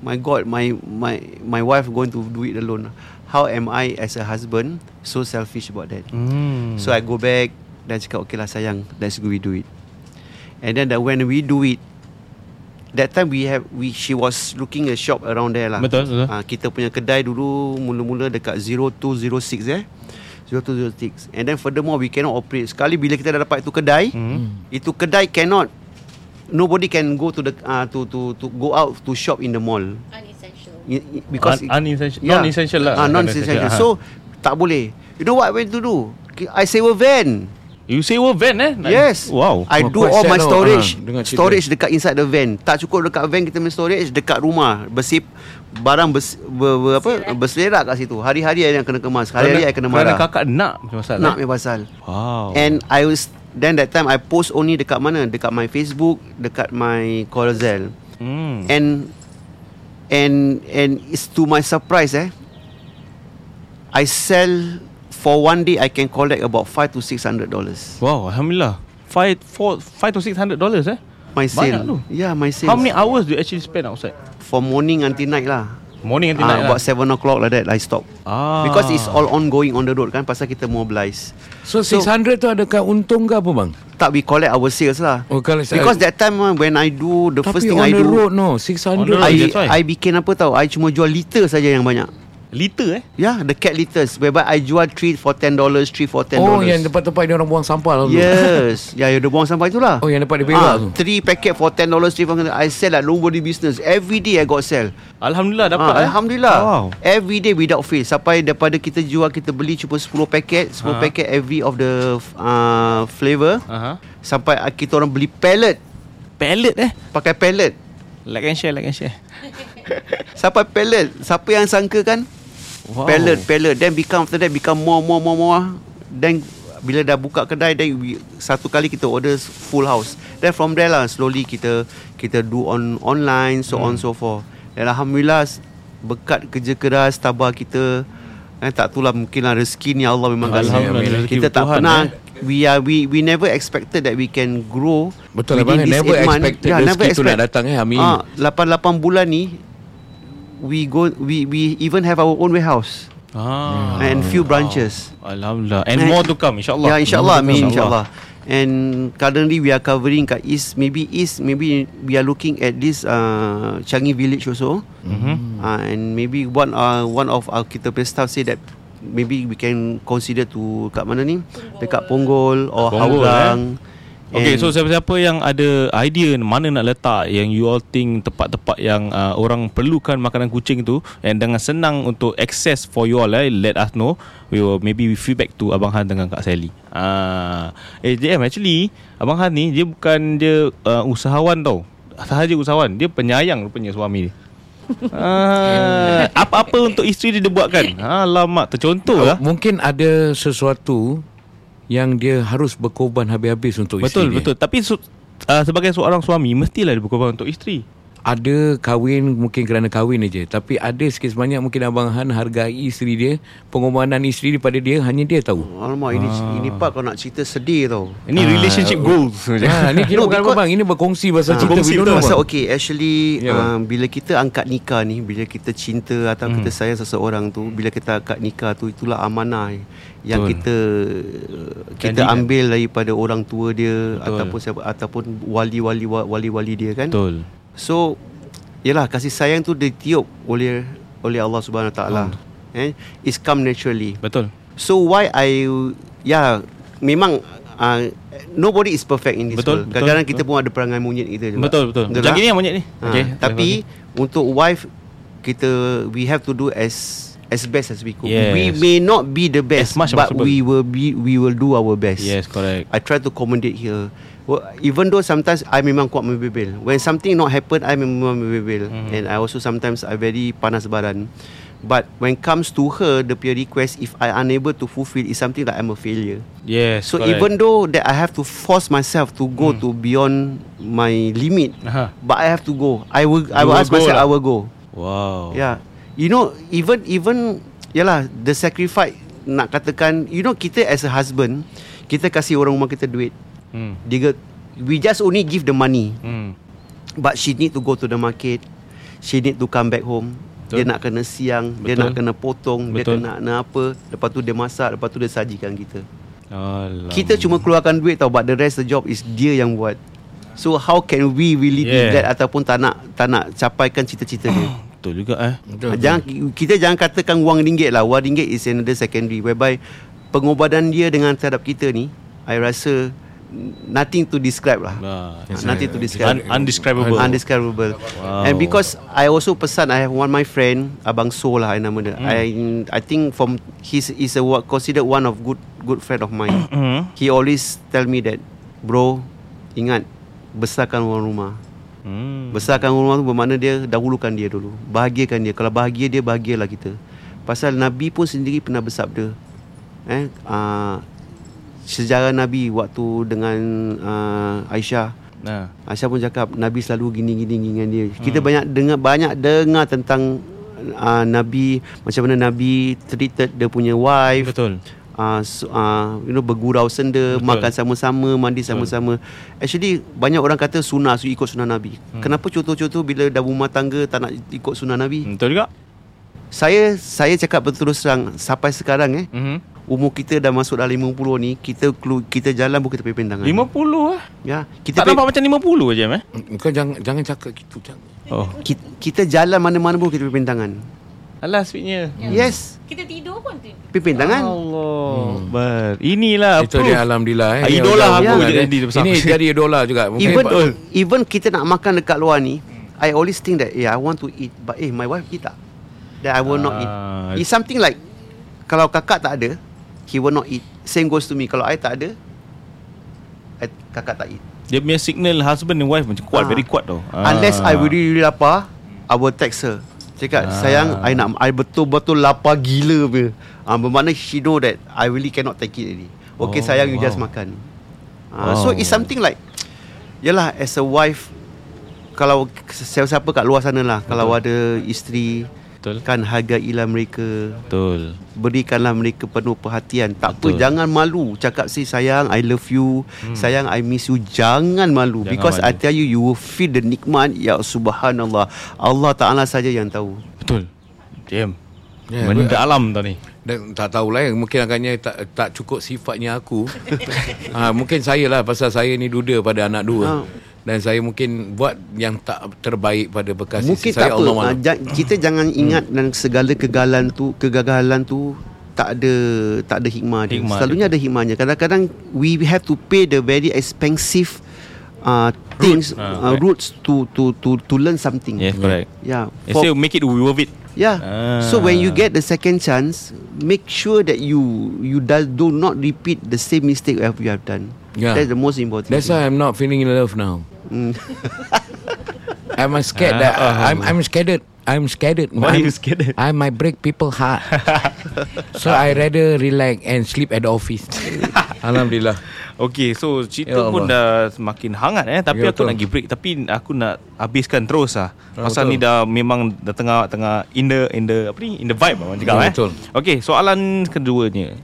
F: My God My my my wife going to do it alone How am I as a husband So selfish about that mm.
D: Hmm.
F: So I go back Dan cakap okay lah sayang Let's go we do it And then that when we do it That time we have we She was looking a shop around there lah
D: Betul, betul.
F: Ah, Kita punya kedai dulu Mula-mula dekat 0206 eh 0206 And then furthermore We cannot operate Sekali bila kita dah dapat itu kedai
D: Hmm.
F: mm. Itu kedai cannot Nobody can go to the uh, to to to go out to shop in the mall
E: Unessential.
F: I- i- because
D: Un- unessential- non-essential lah.
F: Ah, non-essential.
D: Non-essential,
F: So tak boleh. You know what I went to do? K- I sewa van.
D: You sewa van eh? Nak-
F: Yes.
D: Wow.
F: I
A: Wah,
F: do
A: quite
F: all
A: sad
F: my
A: tau.
F: storage.
A: Ah, dengan cerita.
F: storage dekat inside the van. Tak cukup dekat van kita punya storage dekat rumah. Bersip barang bers, ber, ber, apa berselerak kat situ. Hari-hari I yang kena kemas. Hari-hari I kena
D: Kerana
F: marah.
D: kakak nak macam pasal.
F: Nak punya pasal.
D: Wow.
F: And I was then that time I post only dekat mana? Dekat my Facebook, dekat my Carousel.
D: hmm.
F: And and and it's to my surprise eh. I sell for one day I can collect about five to six hundred dollars.
D: Wow, alhamdulillah. Five, four, five to six hundred dollars eh.
F: My
D: Banyak
F: sale.
D: tu.
F: Yeah, my sale.
D: How many hours do you actually spend outside?
F: From morning until night lah.
D: Morning until
F: Ah,
D: night lah.
F: about seven o'clock like that I stop.
D: Ah.
F: Because it's all ongoing on the road kan pasal kita mobilize.
A: So, 600 tu adakah untung ke apa bang?
F: tak we collect our sales lah.
A: Oh, kalau saya-
F: Because that time ah, when I do the first
A: Tapi
F: thing
A: on
F: I
A: the
F: do
A: road no, 600.
D: On the road.
F: I
D: That's why.
F: I bikin apa tau I cuma jual liter saja yang banyak
D: Liter eh.
F: Yeah, Ya, the cat litters whereby I jual three for ten dollars, three for ten
A: Oh,
F: dollars.
A: yang tempat-tempat dia orang buang sampah lalu.
F: Yes, yeah, you the buang sampah itulah. Ah,
A: Oh, yang dapat di Perak tu.
F: Three packet for ten dollars, three for I sell at nobody business. Every day I got sell.
D: Alhamdulillah dapat.
F: Ah,
D: eh.
F: Alhamdulillah.
D: Wow.
F: Every day without fail. Sampai daripada kita jual kita beli cuma 10 packet,
A: Ah.
F: 10 packet every of the uh, flavor.
D: Aha.
F: Sampai ah, kita orang beli pallet,
D: Pallet eh.
F: pakai pallet.
D: Like and share, like and share.
F: Sampai pallet. Siapa yang sangka kan?
D: Wow.
F: Pallet, pallet. Then become after that become more, more, more, more. Then bila dah buka kedai then we, satu kali kita order full house then from there lah slowly kita kita do on online so
D: Hmm.
F: on so forth dan alhamdulillah s- berkat kerja keras tabah kita eh, tak tulah mungkin lah rezeki ni Allah memang kasi
D: Alhamdulillah, rezeki
F: kita tak
D: Tuhan,
F: pernah
D: eh.
F: we are we we never expected that we can grow
A: Betul lah,
F: within
A: Abang,
F: this
A: never
F: eight month.
A: expected rezeki tu nak datang, eh, Amin.
F: Ah, 8-8 bulan ni we go we we even have our own warehouse
D: Ah.
F: and few branches.
D: Alhamdulillah. And
F: And-
D: more to come insyaAllah.
F: Ya insyaallah
D: More to come,
F: amin insyaallah. And currently we are covering kat east maybe east maybe we are looking at this uh, Changi village also. Mm-hmm. Uh, and maybe one uh, one of our kita punya staff say that maybe we can consider to kat mana ni? Dekat Punggol or
D: Punggol,
F: Hougang.
A: eh?
D: Okay,
F: And-
D: so siapa-siapa yang ada idea mana nak letak yang you all think tempat-tempat yang uh, orang perlukan makanan kucing tu and dengan senang untuk access for you all eh, let us know. We will maybe we feedback to Abang Han dengan Kak Sally. Ah, uh, eh JM actually Abang Han ni dia bukan dia uh, usahawan tau. Sahaja usahawan, dia penyayang rupanya suami dia. Ah, apa-apa untuk isteri dia dia buatkan. Alamak, tercontoh lah.
A: Mungkin ada sesuatu yang dia harus berkorban habis-habis untuk isteri
D: Betul,
A: dia.
D: betul. Tapi su- uh, sebagai seorang suami mestilah dia berkorban untuk isteri.
A: Ada kahwin mungkin kerana kahwin aja, tapi ada sikit sebanyak mungkin abang Han hargai isteri dia, pengorbanan isteri daripada dia hanya dia tahu.
F: Oh, Alamak ini ini pak kau nak cerita sedih tau.
D: Ini relationship goals
A: Ha, ni kira
F: No,
A: bukan
F: because-
A: abang, ini berkongsi pasal
F: Ah,
A: cerita we
F: kongsi betul
A: don't know,
F: pasal
A: abang.
F: okay actually
A: Ya,
F: yeah. um, bila kita angkat nikah ni bila kita cinta atau kita sayang seseorang tu bila kita angkat nikah tu itulah amanah yang
D: Betul.
F: kita uh, kita
D: Janjikan.
F: ambil daripada orang tua dia Betul. ataupun siapa ataupun wali-wali wali-wali dia kan
D: Betul
F: So Yalah kasih sayang tu ditiup oleh oleh Allah Subhanahu Wa Taala. Eh it's come naturally.
D: Betul
F: So why I yeah memang uh, nobody is perfect in this
D: Betul,
F: world.
D: betul,
F: Kadang-kadang
D: betul.
F: kita pun ada perangai monyet kita juga.
D: Betul betul
F: Betul
D: Macam
F: tak?
D: gini yang monyet ni
F: Ha, okay, tapi untuk wife kita we have to do as as best as we could.
D: Yes.
F: We may not be the best
D: As much as
F: but
D: possible.
F: we will be we will do our best.
D: Yes correct
F: I try to accommodate here. Well, even though sometimes I memang kuat membebel. When something not happen, I memang membebel.
D: Mhm.
F: Mm. And I also sometimes I very panas baran. But when comes to her, the peer request, if I unable to fulfill, is something that I'm a failure.
D: Yes
F: So
D: correct. Mm.
F: even though that I have to force myself to go to beyond my limit,
D: Aha.
F: but I have to go. I will.
D: Uh-huh.
F: I
D: You
F: will
D: will
F: ask
D: go
F: myself.
D: lah. Oh.
F: I will go.
D: Wow
F: Yeah. You know, even even yalah the sacrifice nak katakan, you know kita as a husband, kita kasih orang rumah kita duit.
D: Hmm.
F: Dia ge- we just only give the money,
D: Hmm.
F: but she need to go to the market. She need to come back home. Dia
D: Betul.
F: nak kena siang, dia
D: Betul.
F: nak kena potong, dia
D: Betul.
F: kena nak apa, lepas tu dia masak, lepas tu dia sajikan kita.
D: Alamak.
F: Kita cuma keluarkan duit tau But the rest the job is dia yang buat So how can we really yeah. do
D: Yeah.
F: that Ataupun tak nak Tak nak capaikan cita-cita dia
D: Betul juga eh
A: Betul, betul.
F: Ah, jangan, Kita jangan katakan wang ringgit lah Wang ringgit is another secondary Whereby Pengorbanan dia dengan terhadap kita ni I rasa Nothing to describe lah
D: Ah,
F: Nothing to describe
D: Un- Undescribable
F: Undescribable.
D: Wow.
F: And because I also pesan, I have one my friend, Abang Sol lah I nama
D: Hmm.
F: dia. I I think from he's is a what considered one of good good friend of mine.
D: Hmm.
F: He always tell me that, bro, ingat besarkan orang rumah.
D: Hmm.
F: Besarkan orang rumah tu bermakna dia dahulukan dia dulu. Bahagiakan dia. Kalau bahagia dia, bahagialah kita. Pasal Nabi pun sendiri pernah bersabda. Eh, uh, sejarah Nabi waktu dengan uh, Aisyah
D: Nah.
F: Aisyah pun cakap Nabi selalu gini-gini gini dengan dia.
D: Hmm.
F: Kita banyak dengar banyak dengar tentang uh, Nabi macam mana Nabi treated dia punya wife.
D: Betul
F: Uh, so, uh, you know bergurau senda,
D: Betul.
F: Betul. makan sama-sama, mandi sama-sama. Actually banyak orang kata sunnah so ikut sunnah Nabi. Hmm. Kenapa contoh-contoh bila dah rumah tangga tak nak ikut sunnah Nabi? Hmm.
D: Betul juga
F: Saya saya cakap berterus terang sampai sekarang eh
D: mm-hmm.
F: umur kita dah masuk dah 50 ni kita kelu- kita jalan pun kita pakai
D: 50
F: pandangan.
D: eh
F: Ya,
D: Tak
F: kita pakai-
D: nampak macam 50 je eh
A: Kau jangan jangan cakap gitu jangan.
D: Oh
F: kita, kita jalan mana-mana pun kita pimpin tangan.
D: Alah sweetnya
F: Yes,
E: Kita tidur pun tu.
F: pimpin tangan.
D: Allah Bar Hmm. Inilah
A: Itu
D: proof.
A: dia alhamdulillah eh.
D: Ah,
A: Dia
D: idola
A: orang-
D: aku
A: orang-
D: jadi besar.
A: Ini jadi idola juga. Mungkin
F: Even
A: Pak-
F: even kita nak makan dekat luar ni, I always think that yeah I want to eat but eh my wife eat tak. That I will not eat.
D: Ah.
F: It's something like kalau kakak tak ada, he will not eat. Same goes to me. Kalau I tak ada, I, kakak tak eat.
D: Dia punya signal husband and wife Macam kuat
F: Ah.
D: Very kuat tau
F: Unless
D: Ah.
F: I really really lapar, I will text her. Cakap
D: Ah.
F: sayang I nak I betul-betul lapar gila punya. Ah bermakna she know that I really cannot take it already. Okay
A: Oh,
F: oh, sayang you
A: wow.
F: just makan
D: Oh.
F: uh, So
A: Wow.
F: it's something like Yalah as a wife Kalau siapa-siapa kat luar sana lah Kalau ada isteri
D: Betul.
F: Kan hargailah mereka
D: Betul.
F: Berikanlah mereka penuh perhatian Tak
D: Betul.
F: Betul. apa Jangan malu Cakap say sayang I love you hmm. Sayang I miss you Jangan
D: Jangan
F: malu jangan Because
D: malu.
F: malu. I tell you You will feel the nikmat Ya subhanallah Allah Ta'ala saja yang tahu
D: Betul.
A: Yeah,
D: Damn. Yeah, Mendalam tau ni.
A: Dan tak tahulah eh, Mungkin agaknya tak, tak cukup sifatnya aku ha, Mungkin saya lah Pasal saya ni duda pada anak dua
F: Ha.
A: Dan saya mungkin buat yang tak terbaik pada bekas
F: Mungkin
A: isteri saya
F: tak apa
A: Allah
F: Ah,
A: malam.
F: ja- Kita jangan
D: Hmm.
F: ingat Dan segala kegagalan tu Kegagalan tu tak ada tak ada hikmah dia.
D: Hikmah
F: Selalunya ada hikmahnya. Kadang-kadang we have to pay the very expensive uh, things
D: Ah,
F: uh,
D: right.
F: roots to to to to learn something.
D: Yes, correct.
F: Yeah.
D: They
F: For-
D: say make it worth it.
F: Yeah.
D: Ah.
F: So when you get the second chance, make sure that you you do, do not repeat the same mistake that you have done.
A: Yeah.
F: That's the most important.
A: That's why I'm not feeling in love now
F: Hmm.
A: I'm a scared that I'm I'm scared I'm scared
D: Ah, Why you scared?
A: I might break people heart So I rather relax And sleep at the office Alhamdulillah
D: Okay, so cerita
A: Ya Allah.
D: pun dah semakin hangat eh
A: Ya,
D: tapi aku
A: betul.
D: nak give break tapi aku nak habiskan terus ah.
A: Ah,
D: Pasal
A: betul.
D: ni dah memang dah tengah tengah in the in the apa ni in the vibe orang cakap
A: Ya,
D: eh.
A: betul.
D: Okay, soalan keduanya.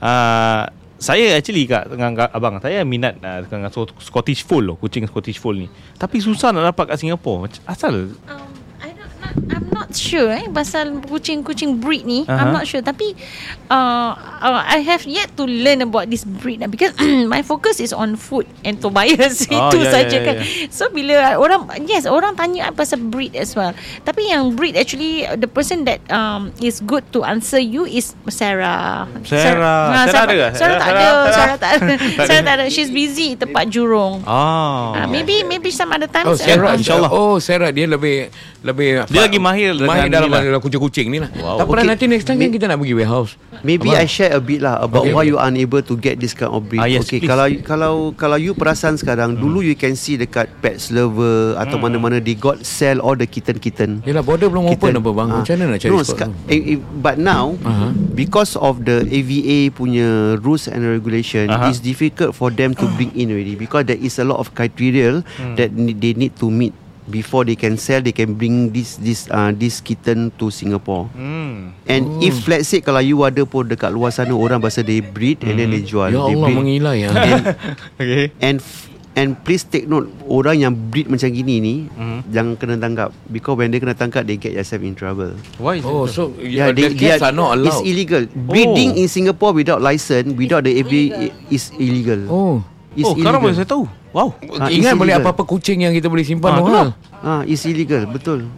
D: Ah saya actually kat dengan kak- abang saya minat uh, dengan Sc- Scottish Fold loh, kucing Scottish Fold ni. Tapi susah nak dapat kat Singapore. Mac- Asal
E: Um, I don't- not- I'm not sure eh pasal kucing-kucing breed ni.
D: Aha.
E: Uh-huh. I'm not sure tapi uh, uh, I have yet to learn about this breed lah because my focus is on food and Tobias
D: Oh, yeah,
E: itu
D: yeah,
E: saja
D: yeah,
E: kan. So bila orang yes orang tanya I pasal breed as well. Tapi yang breed actually the person that um is good to answer you is Sarah.
D: Sarah.
E: Ah,
D: Sarah ada ke?
E: Sarah tak ada.
D: Sarah-
E: Sarah tak ada.
D: Tak
E: Sarah
D: ada.
E: tak ada. She's busy tempat Jurong.
D: ah
E: Ah, maybe maybe some other time
A: Oh Sarah
E: um,
D: insyaAllah.
A: Oh Sarah dia lebih lebih
D: Dia lagi mahir dengan
A: Mahir
D: ni
A: dalam
D: lah.
A: dalam kucing-kucing ni lah
D: Wow.
A: Tak pernah
F: Okay.
A: nanti next time kan kita nak pergi warehouse
F: Maybe
A: Abang.
F: I share a bit lah about
A: Okay,
F: okay, why
A: okay.
F: okay. you unable to get this kind of breed.
D: Ah, yes,
F: okay,
D: please.
F: kalau kalau kalau you perasan sekarang, hmm. dulu you can see dekat Pets Lover atau mana-mana they got sell all the kitten-kitten.
A: Yelah border belum open apa bang
F: ah,
A: Macam mana nak cari
F: no,
A: spot
F: seka-
A: tu?
F: eh, eh, But now
A: Aha.
F: uh-huh. Because of the AVA punya Rules and regulation
D: Aha.
F: uh-huh. It's difficult for them to bring in already Because there is a lot of criteria hmm. That ne- they need to meet Before they can sell They can bring this this uh, this kitten to Singapore
D: hmm
F: And oh. if let's say Kalau you ada pun Dekat luar sana Orang bahasa they breed And then they jual
A: Ya
F: they
A: Allah
F: breed.
A: mengilai ya.
D: okay.
F: And f- And please take note Orang yang breed macam gini ni
D: Hmm.
F: mm. Jangan kena tangkap Because when they kena tangkap They get yourself in trouble
D: Why is
A: Oh
D: it?
A: so yeah, the cats are not
F: Ya, It's
A: allowed Oh.
F: illegal. Breeding in Singapore without license, without the ABA is illegal.
A: Oh
F: It's
D: oh,
F: illegal.
D: sekarang boleh saya tahu. Wow.
F: Ah, it's
A: Ingat boleh
F: illegal.
A: apa-apa kucing yang kita boleh
D: Ah,
A: simpan ha?
D: tu
A: mahal
F: Ah, it's illegal, betul.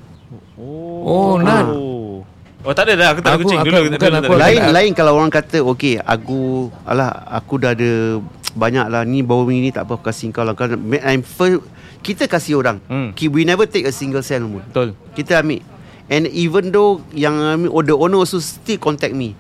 A: Oh, Nan.
D: Oh tak ada dah Aku tak ada
A: Aku-
D: kucing
A: aku-
D: dulu tak
A: bukan aku.
D: ada, tak ada.
F: Lain
A: Oh, tak-
F: lain kalau orang kata okey, aku alah aku dah ada banyak lah ni bawa ni tak apa aku kasih kau lah. Kau- I'm first, kita kasih orang.
D: Hmm.
F: Ki- We never take a single cent pun.
D: Betul
F: Kita ambil. And even though yang ambil oh, the owner also still contact me.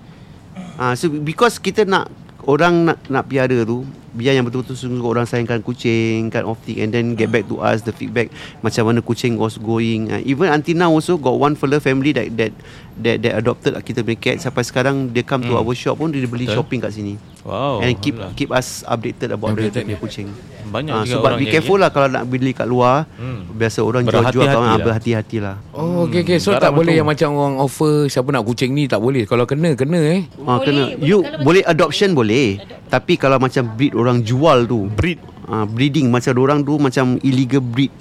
F: Ah, so because kita nak orang nak nak piara tu biar yang betul-betul sungguh orang sayangkan kucing kan off and then get back to us the feedback macam mana kucing was going uh, even until now also got one fella family that that that, that adopted lah kita punya cat sampai sekarang dia come to our shop pun dia beli shopping kat sini
D: Hmm. Wow
F: and keep
D: Alhamdulillah.
F: keep us updated about the
A: Updated,
F: punya kucing
D: Banyak
F: Ah,
D: juga
F: so but
D: orang
F: be
D: yang
F: careful
D: ni.
F: lah kalau nak beli kat luar
A: Hmm.
F: biasa orang jual-jual
D: Berhati-hati
F: kan, ah,
D: lah.
F: berhati-hati lah
A: Oh okay, okay. So
D: Garang
A: tak boleh
D: tu.
A: yang macam orang offer Siapa nak kucing ni tak boleh Kalau kena kena eh
E: Boleh,
F: Ah, kena
E: boleh.
F: you
E: Kalau
F: boleh adoption boleh tapi kalau macam breed orang jual tu
D: Breed
F: Ah, breeding macam orang tu macam illegal breed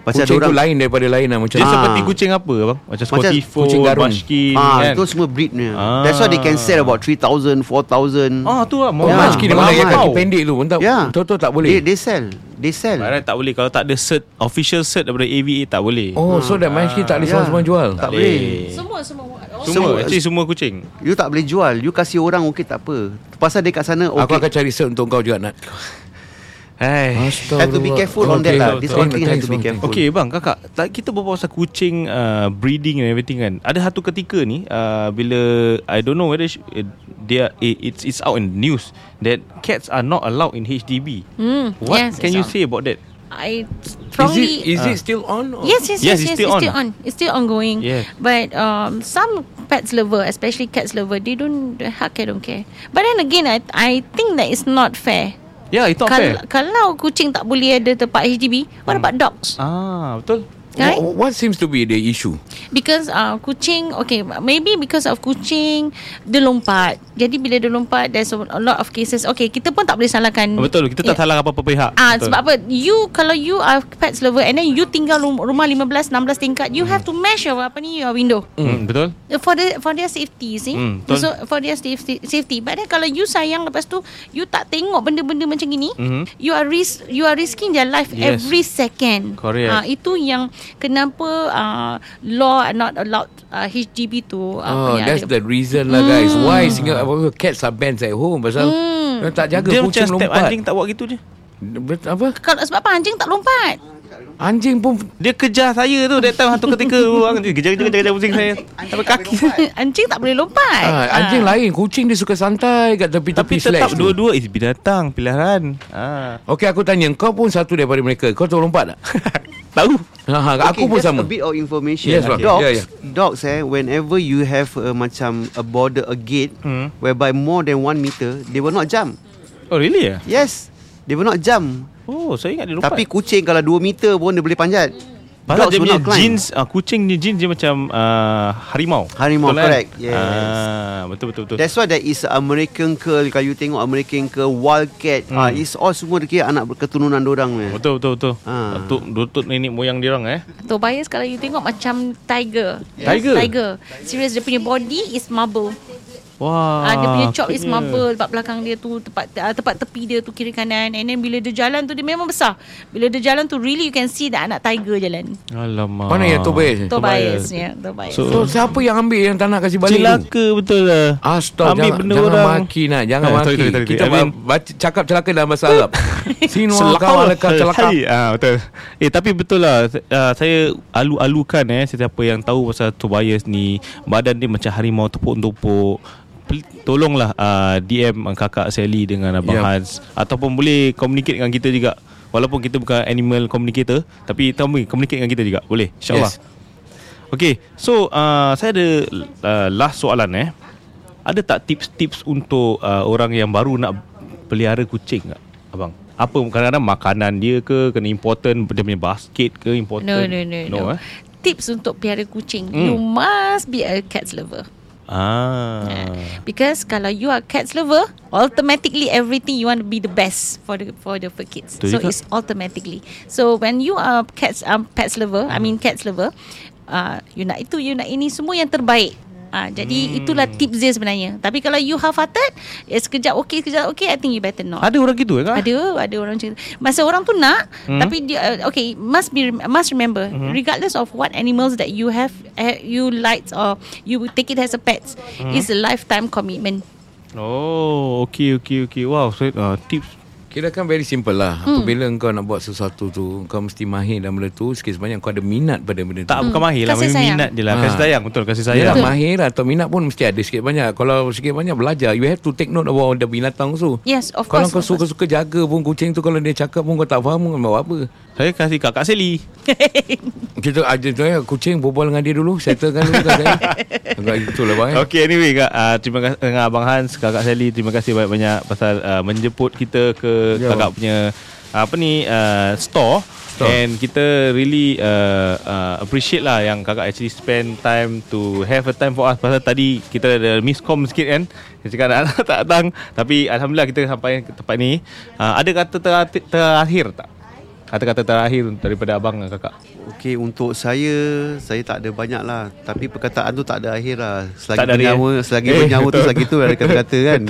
F: macam
A: Kucing
F: orang
A: tu lain daripada lain lah Macam
D: Dia
F: Ah.
D: seperti kucing apa abang? Macam Scottish Fold
A: kucing garung.
D: Munchkin
F: ah
D: kan?
F: itu semua breed ni
D: Ah.
F: that's why they can sell about 3000 4000
D: Ah tu lah
A: Oh
F: Ya,
A: munchkin dia mana yang
F: mahal.
A: kaki pendek tu pun tak
F: Ya.
A: Betul-betul tak
F: they,
A: boleh
F: they sell they sell
D: Barang tak boleh Kalau tak ada cert Official cert daripada AVA tak boleh
A: Oh so that munchkin tak boleh
F: Ya.
A: seorang-seorang jual
F: tak boleh
E: Semua semua. Oh.
D: Semua
F: Semua-
D: Actually semua kucing
F: you tak boleh jual you kasih orang okey tak apa pasal dia kat sana
A: Aku akan
F: okey
A: cari cert untuk kau juga Nat
D: Hai
F: have to be careful on that lah this
A: Okay,
F: one thing have
A: thanks,
F: to be
A: thanks.
F: careful
D: Okay bang kakak tak, Kita berbual pasal kucing uh, Breeding and everything kan Ada satu ketika ni uh, Bila I don't know whether sh- eh, They are, eh, it's, it's out in the news That cats are not allowed in HDB
E: Hmm,
D: What
E: yes,
D: can
E: it's
D: you
E: out.
D: say about that?
A: Is it,
E: I
F: Ah.
E: strongly
A: is it still on? or-
E: Yes, yes, yes, yes, it's still, on. it's still ongoing.
D: Yeah.
E: But um, some pets lover, especially cats lover, they don't the hug cat don't care. But then again, I I think that it's not fair.
D: Yeah, it's not fair. Hmm.
E: Kal- kalau kucing tak boleh ada tempat HDB, what about dogs?
D: Ah, betul.
E: Right?
A: Wh- What seems to be the issue?
E: Because uh, kucing Okay Maybe because of kucing Dia lompat Jadi bila dia lompat There's a a lot of cases Okay kita pun tak boleh salahkan
D: Oh, Ah, Betul, kita tak
E: Ya.
D: salah apa-apa pihak.
E: Ah
D: Betul.
E: sebab apa you kalau you are pets lover and then you tinggal rum- rumah 15 16 tingkat you have to measure apa ni your window
D: Hmm, betul.
E: for the for their safety see
D: Hmm, betul.
E: so for their safety safety but then kalau you sayang lepas tu you tak tengok benda-benda macam ini
D: Mhm.
E: you are risk you are risking their life
D: Yes.
E: every second
D: Correct.
E: Ah, itu yang kenapa uh, law are not allowed uh, HDB to uh,
A: Oh,
E: punya
A: that's
E: ada.
A: the reason lah guys. Why
D: Hmm.
A: Singapore cats are banned at home pasal mm. tak jaga
D: Dia macam
A: kucing
D: step
A: lompat.
D: anjing tak buat gitu je.
A: Bet- Apa?
E: kalau sebab apa anjing tak lompat
A: Anjing pun
D: Dia kejar saya tu That time satu ketika orang tu Kejar kejar kejar kejar pusing saya Sampai kaki
E: anjing tak boleh lompat
A: ah, anjing
E: Ah.
A: lain, kucing dia suka santai kat
D: Tapi
A: tepi-tepi slats.
D: tetap
A: tu.
D: dua-dua is binatang pilihan. Ah.
A: Okey aku tanya kau pun satu daripada mereka. Kau tahu lompat tak?
D: Tahu.
A: ha, ha, aku pun
F: just
A: sama.
F: a bit of information.
A: Yes, Wak.
F: Dogs,
A: Yeah, yeah.
F: dogs eh, whenever you have a, macam a border, a gate,
D: Hmm.
F: whereby more than one meter, they will not jump.
D: Oh really ya?
F: Yes, they will not jump.
D: Oh, saya ingat dia lompat.
F: Tapi kucing kalau 2 meter pun dia boleh panjat.
D: Pasal dia
F: will
D: punya
F: not climb.
D: jeans uh, Kucing ni jeans dia macam uh, Harimau
F: Harimau,
D: Betul kan?
F: correct. Yes.
D: ah, Betul betul betul
F: That's why there is American curl. Kalau you tengok American curl, wildcat, hmm. ah, it's all semua dia kira anak keturunan dorang ni.
D: Oh, Betul betul betul
F: Ah.
D: Datuk, Datuk nenek moyang dia orang eh
E: Tobias kalau you tengok macam tiger.
D: Tiger?
E: Tiger. Serius dia punya body is marble.
D: Wah
E: Ah, dia punya chop is marble. Tempat belakang dia tu tempat ah, tempat tepi dia tu kiri kanan. And then bila dia jalan tu dia memang besar. Bila dia jalan tu really you can see that anak tiger jalan.
D: Alamak
A: Mana yang Eh, Tobias?
E: Tobias ya, yeah, Tobias.
D: So,
A: So siapa yang ambil yang tak nak kasih balik tu?
D: Celaka betul lah
A: Astaga,
D: Ambil
A: jangan,
D: benda
A: jangan
D: orang
A: maki nak, jangan
D: Eh,
A: maki.
D: sorry, sorry, sorry.
A: Kita
D: I mean,
A: ba- baca, cakap celaka dalam bahasa Arab. Sinwa
D: Selakau
A: kawal
D: lah.
A: leka celaka.
D: Hai, ah, betul. Eh tapi betul lah uh, saya alu-alukan eh sesiapa yang tahu pasal Tobias ni, badan dia macam harimau tepuk-tepuk. Pel- Tolonglah uh, DM kakak Sally dengan abang
A: Ya.
D: yeah. Hans ataupun boleh communicate dengan kita juga. Walaupun kita bukan animal communicator, tapi tahu boleh communicate dengan kita juga. Boleh, insya-Allah.
A: Yes.
D: Okay, so uh, saya ada uh, last soalan eh. Ada tak tips-tips untuk uh, orang yang baru nak pelihara kucing tak, abang? Apa kadang-kadang makanan dia ke kena important dia punya basket ke important?
E: no, no, no, no.
D: Eh?
E: Tips untuk piara kucing. You must be a cat lover.
D: Ah.
E: Because kalau you are cats lover, automatically everything you want to be the best for the for the for kids.
D: Betul
E: so
D: juga.
E: it's automatically. So when you are cats um, pets lover, I
D: Hmm.
E: mean cats lover, uh, you nak itu, you nak ini semua yang terbaik. Ah, jadi itulah
D: Hmm.
E: tips dia sebenarnya. Tapi kalau you half-hearted, eh, sekejap okey, sekejap okey, I think you better not.
D: Ada orang gitu eh, kan? ke?
E: Ada ada orang macam tu. Masa orang tu nak hmm. tapi dia uh, okay must be must remember hmm. regardless of what animals that you have uh, you like or you will take it as a pets hmm. it's a lifetime commitment.
D: Oh, okey okey okey. Wow, saya uh, tips
A: Kira kan very simple lah.
D: Hmm.
A: Apabila kau nak buat sesuatu tu, kau mesti mahir dalam benda tu. Sikit sebanyak kau ada minat pada benda tu.
D: tak bukan mahir lah,
E: Hmm. Kasih
D: memang
E: sayang.
D: minat je lah.
A: Ah.
D: Kasih sayang betul, kasih
A: Ya,
D: sayang.
A: mahir atau minat pun mesti ada sikit banyak. Kalau sikit banyak belajar, you have to take note about the binatang tu.
E: Yes, of
A: Kalau
E: course.
A: kau
E: of course.
A: suka-suka jaga pun kucing tu kalau dia cakap pun kau tak faham pun kau buat apa.
D: Saya kasih kakak Sally.
A: Kita ada tu ya, kucing berbual dengan dia dulu, settlekan dulu kat saya. Agak itulah bang. eh.
D: Okay anyway kak, uh, terima kasih dengan Abang Hans, Kakak Sally terima kasih banyak-banyak pasal uh, menjemput kita ke
A: Ya,
D: yeah. kakak punya uh, apa ni uh, store. store
A: Store.
D: and kita really uh, uh, appreciate lah yang kakak actually spend time to have a time for us pasal tadi kita ada miscom sikit kan. Dia cakap anak tak datang tapi alhamdulillah kita sampai ke tempat ni. Uh, ada kata ter- terakhir tak? Kata-kata terakhir daripada abang dan kakak.
F: Okey untuk saya saya tak ada banyak lah tapi perkataan tu tak ada akhir lah selagi
D: Tak ada akhir,
F: bernyawa
D: eh?
F: selagi
D: Eh,
F: bernyawa tu
D: betul.
F: selagi tu ada kata-kata kan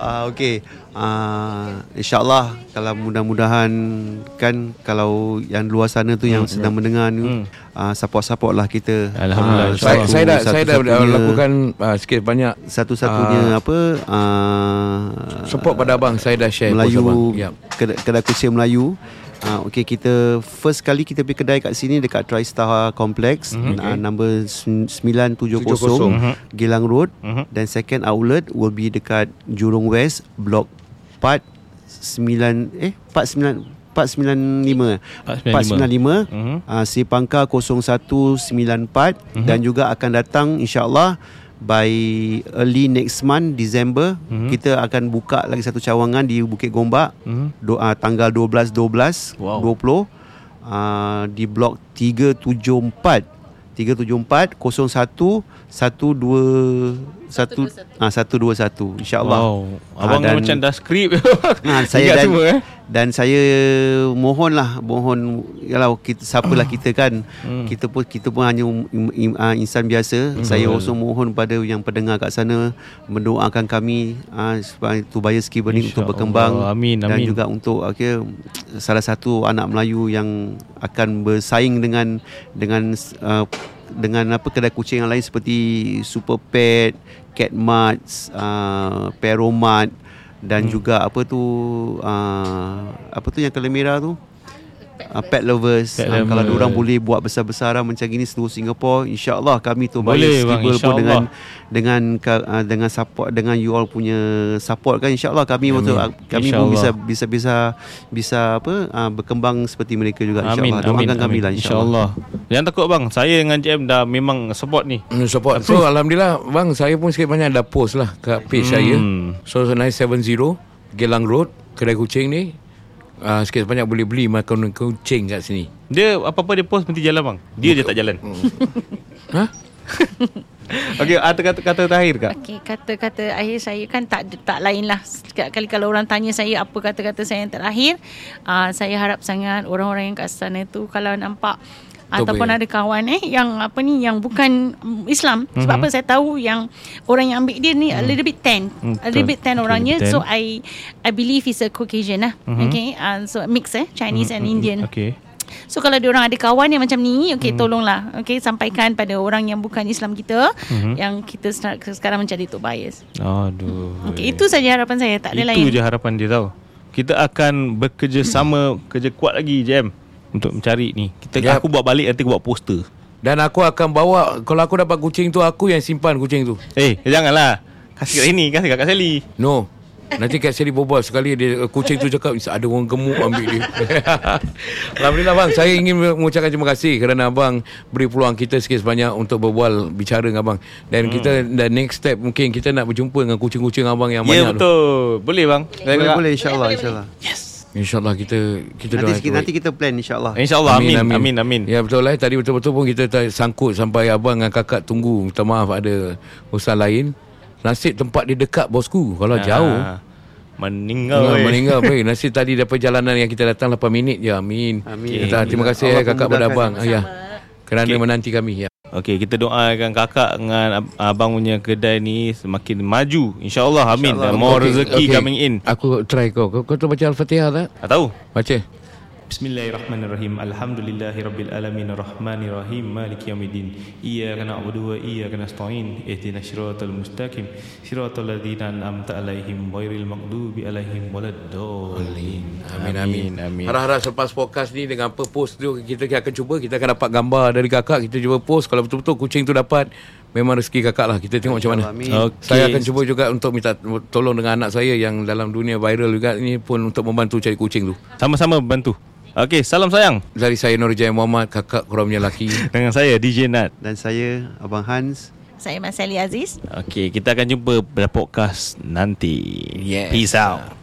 F: ah okey ah insyaallah kalau mudah-mudahan kan kalau yang luar sana tu
A: Hmm,
F: yang sedang mendengar ni ah support-support lah kita
D: Alhamdulillah,
F: Ah,
A: Saya,
F: satu-
A: saya dah saya dah
F: satu-satunya-
A: lakukan uh, sikit banyak
F: satu-satunya apa ah
A: support pada abang saya dah share post
F: Melayu
A: abang. Ya.
F: yep.
A: Yap.
F: kedai, kedai kucing Melayu Uh, okay kita first kali kita pergi kedai kat sini dekat TriStar Complex mm-hmm. uh, number sen- 970
A: 970.
F: Gilang Road mm-hmm. then second outlet will be dekat Jurong West block 4 9 eh 4 9 495
D: 495. Mhm.
F: 495 mm-hmm. uh, Sipangka 0194 mm-hmm. dan juga akan datang insyaallah by early next month December
D: Mhm.
F: mm-hmm. kita akan buka lagi satu cawangan di Bukit Gombak mm-hmm. do, uh, tanggal 12
D: Mhm.
F: 12
D: Wow.
F: 20 uh, di blok 374 374 01 121 121 ah 121 insyaallah
D: Wow
F: Ah,
D: Abang
F: dan-
D: macam dah skrip
F: Ha, saya
D: Ingat
F: dan,
D: semua eh
F: dan saya mohonlah mohon kalau kita siapalah kita kan hmm. kita pun kita pun hanya um, im, im, uh, insan biasa hmm. saya also mohon pada yang pendengar kat sana mendoakan kami uh, supaya Tubaya Skiberni
D: Insya
F: untuk berkembang
D: Allah. Amin,
F: dan
D: amin.
F: juga untuk okay, salah satu anak Melayu yang akan bersaing dengan dengan uh, dengan apa kedai kucing yang lain seperti Super Pet, Cat Mart, uh, Peromart dan hmm. juga apa tu uh, apa tu yang Kelemira tu Uh, pet lovers
D: Pet
F: Ah, Kalau
D: lovers.
F: orang boleh buat besar-besaran Macam gini seluruh Singapura InsyaAllah kami tu
D: Boleh, bang,
F: Skibble pun
D: insyaAllah.
F: dengan dengan ka- ah, dengan support dengan you all punya support kan insyaallah kami betul kami pun bisa
D: Insyaallah.
F: bisa bisa bisa apa ah, berkembang seperti mereka juga insyaallah doakan kami lah insyaallah
D: InsyaAllah Jangan takut bang Saya dengan JM dah memang support ni
A: Hmm, Support So Alhamdulillah Bang saya pun sikit banyak Dah post lah Kat page hmm. saya So 970 Gelang Road Kedai kucing ni uh, Sikit banyak boleh beli Makan kucing kat sini
D: Dia apa-apa dia post Mesti jalan bang Dia je tak jalan
A: Ha?
D: Okay ada kata-kata terakhir kak
E: Okey, kata-kata akhir saya kan tak tak lain lah. Setiap kali kalau orang tanya saya apa kata-kata saya yang terakhir, uh, saya harap sangat orang-orang yang kat sana tu kalau nampak ataupun
A: boleh.
E: ada kawan eh yang apa ni yang bukan mm, Islam sebab
D: Mhm.
E: apa saya tahu yang orang yang ambil dia ni a little bit tan a little bit
D: Mm,
E: tan
D: Betul.
E: orangnya
D: Tan. Mhm.
E: so I I believe is a Caucasian lah okay uh, so mix eh Chinese and Indian
D: Okay
E: So kalau diorang ada kawan yang macam ni Okay hmm. tolonglah Okay sampaikan pada orang yang bukan Islam kita hmm. Yang kita sena- sekarang menjadi tote bias
D: Aduh
E: Okay itu saja harapan saya Tak ada lain
D: Itu je harapan dia tahu Kita akan bekerjasama Kerja kuat lagi JM Untuk mencari ni kita
A: Yap.
D: Aku buat balik Nanti aku buat poster
A: Dan aku akan bawa Kalau aku dapat kucing tu Aku yang simpan kucing tu
D: Eh janganlah Kasih kat sini Kasih kat Kak Sally
A: No Nanti Kat Sally berbual sekali dia, eh, Kucing tu cakap "Is- Ada orang gemuk ambil dia Alhamdulillah bang Saya ingin mengucapkan terima kasih Kerana abang Beri peluang kita sikit sebanyak Untuk berbual Bicara dengan abang Dan hmm. kita Dan next step Mungkin kita nak berjumpa Dengan kucing-kucing abang Yang
D: Ya
A: banyak tu
D: betul Boleh bang
F: boleh boleh insyaallah insyaallah
A: InsyaAllah kita Kita
F: nanti
A: doakan
F: kita, nanti kita plan insyaallah
D: InsyaAllah amin Amin amin, amin.
A: Ya betul lah Tadi betul-betul pun kita tak sangkut Sampai abang dengan kakak tunggu Minta maaf ada urusan lain Nasib tempat dia dekat bosku Kalau jauh
D: Ah, Meninggal
A: Tengah
D: weh.
A: meninggal weh. Nasib tadi daripada jalanan yang kita datang 8 minit je. Amin.
F: Amin.
A: Kita, terima kasih
F: Allah
A: eh, kakak pada
F: memudahkan.
A: abang. Ya. Kerana
D: Okey.
A: menanti kami. Ya.
D: Okey, kita doakan kakak dengan ab- abang punya kedai ni semakin maju. InsyaAllah, amin.
F: InsyaAllah.
D: More
A: Okey,
D: rezeki
A: okey.
D: coming in.
A: Aku try kau. Kau, kau tahu baca Al-Fatihah tak?
D: Tak tahu.
A: Baca.
D: Bismillahirrahmanirrahim. Alhamdulillahirabbil alamin arrahmanirrahim maliki yaumiddin. Iyyaka na'budu wa iyyaka nasta'in. Ihdinas siratal mustaqim. Siratal ladzina an'amta alaihim ghairil maghdubi alaihim waladdallin.
A: Amin, amin. amin. Harap-harap selepas podcast ni dengan apa post tu kita akan cuba. Kita akan dapat gambar dari kakak. Kita cuba post. Kalau betul-betul kucing tu dapat memang rezeki kakak lah. Kita tengok macam mana.
F: Amin.
D: Okey.
A: Saya akan cuba juga untuk minta tolong dengan anak saya yang dalam dunia viral juga ni pun untuk membantu cari kucing tu.
D: Sama-sama bantu. Okey, salam sayang
A: Dari saya Nur Jaya Muhammad, kakak korang punya laki.
D: dengan saya DJ Nat.
F: dan saya abang Hans
E: Saya Masali Aziz
D: Okey, kita akan jumpa pada podcast nanti.
A: Yes.
D: Peace out.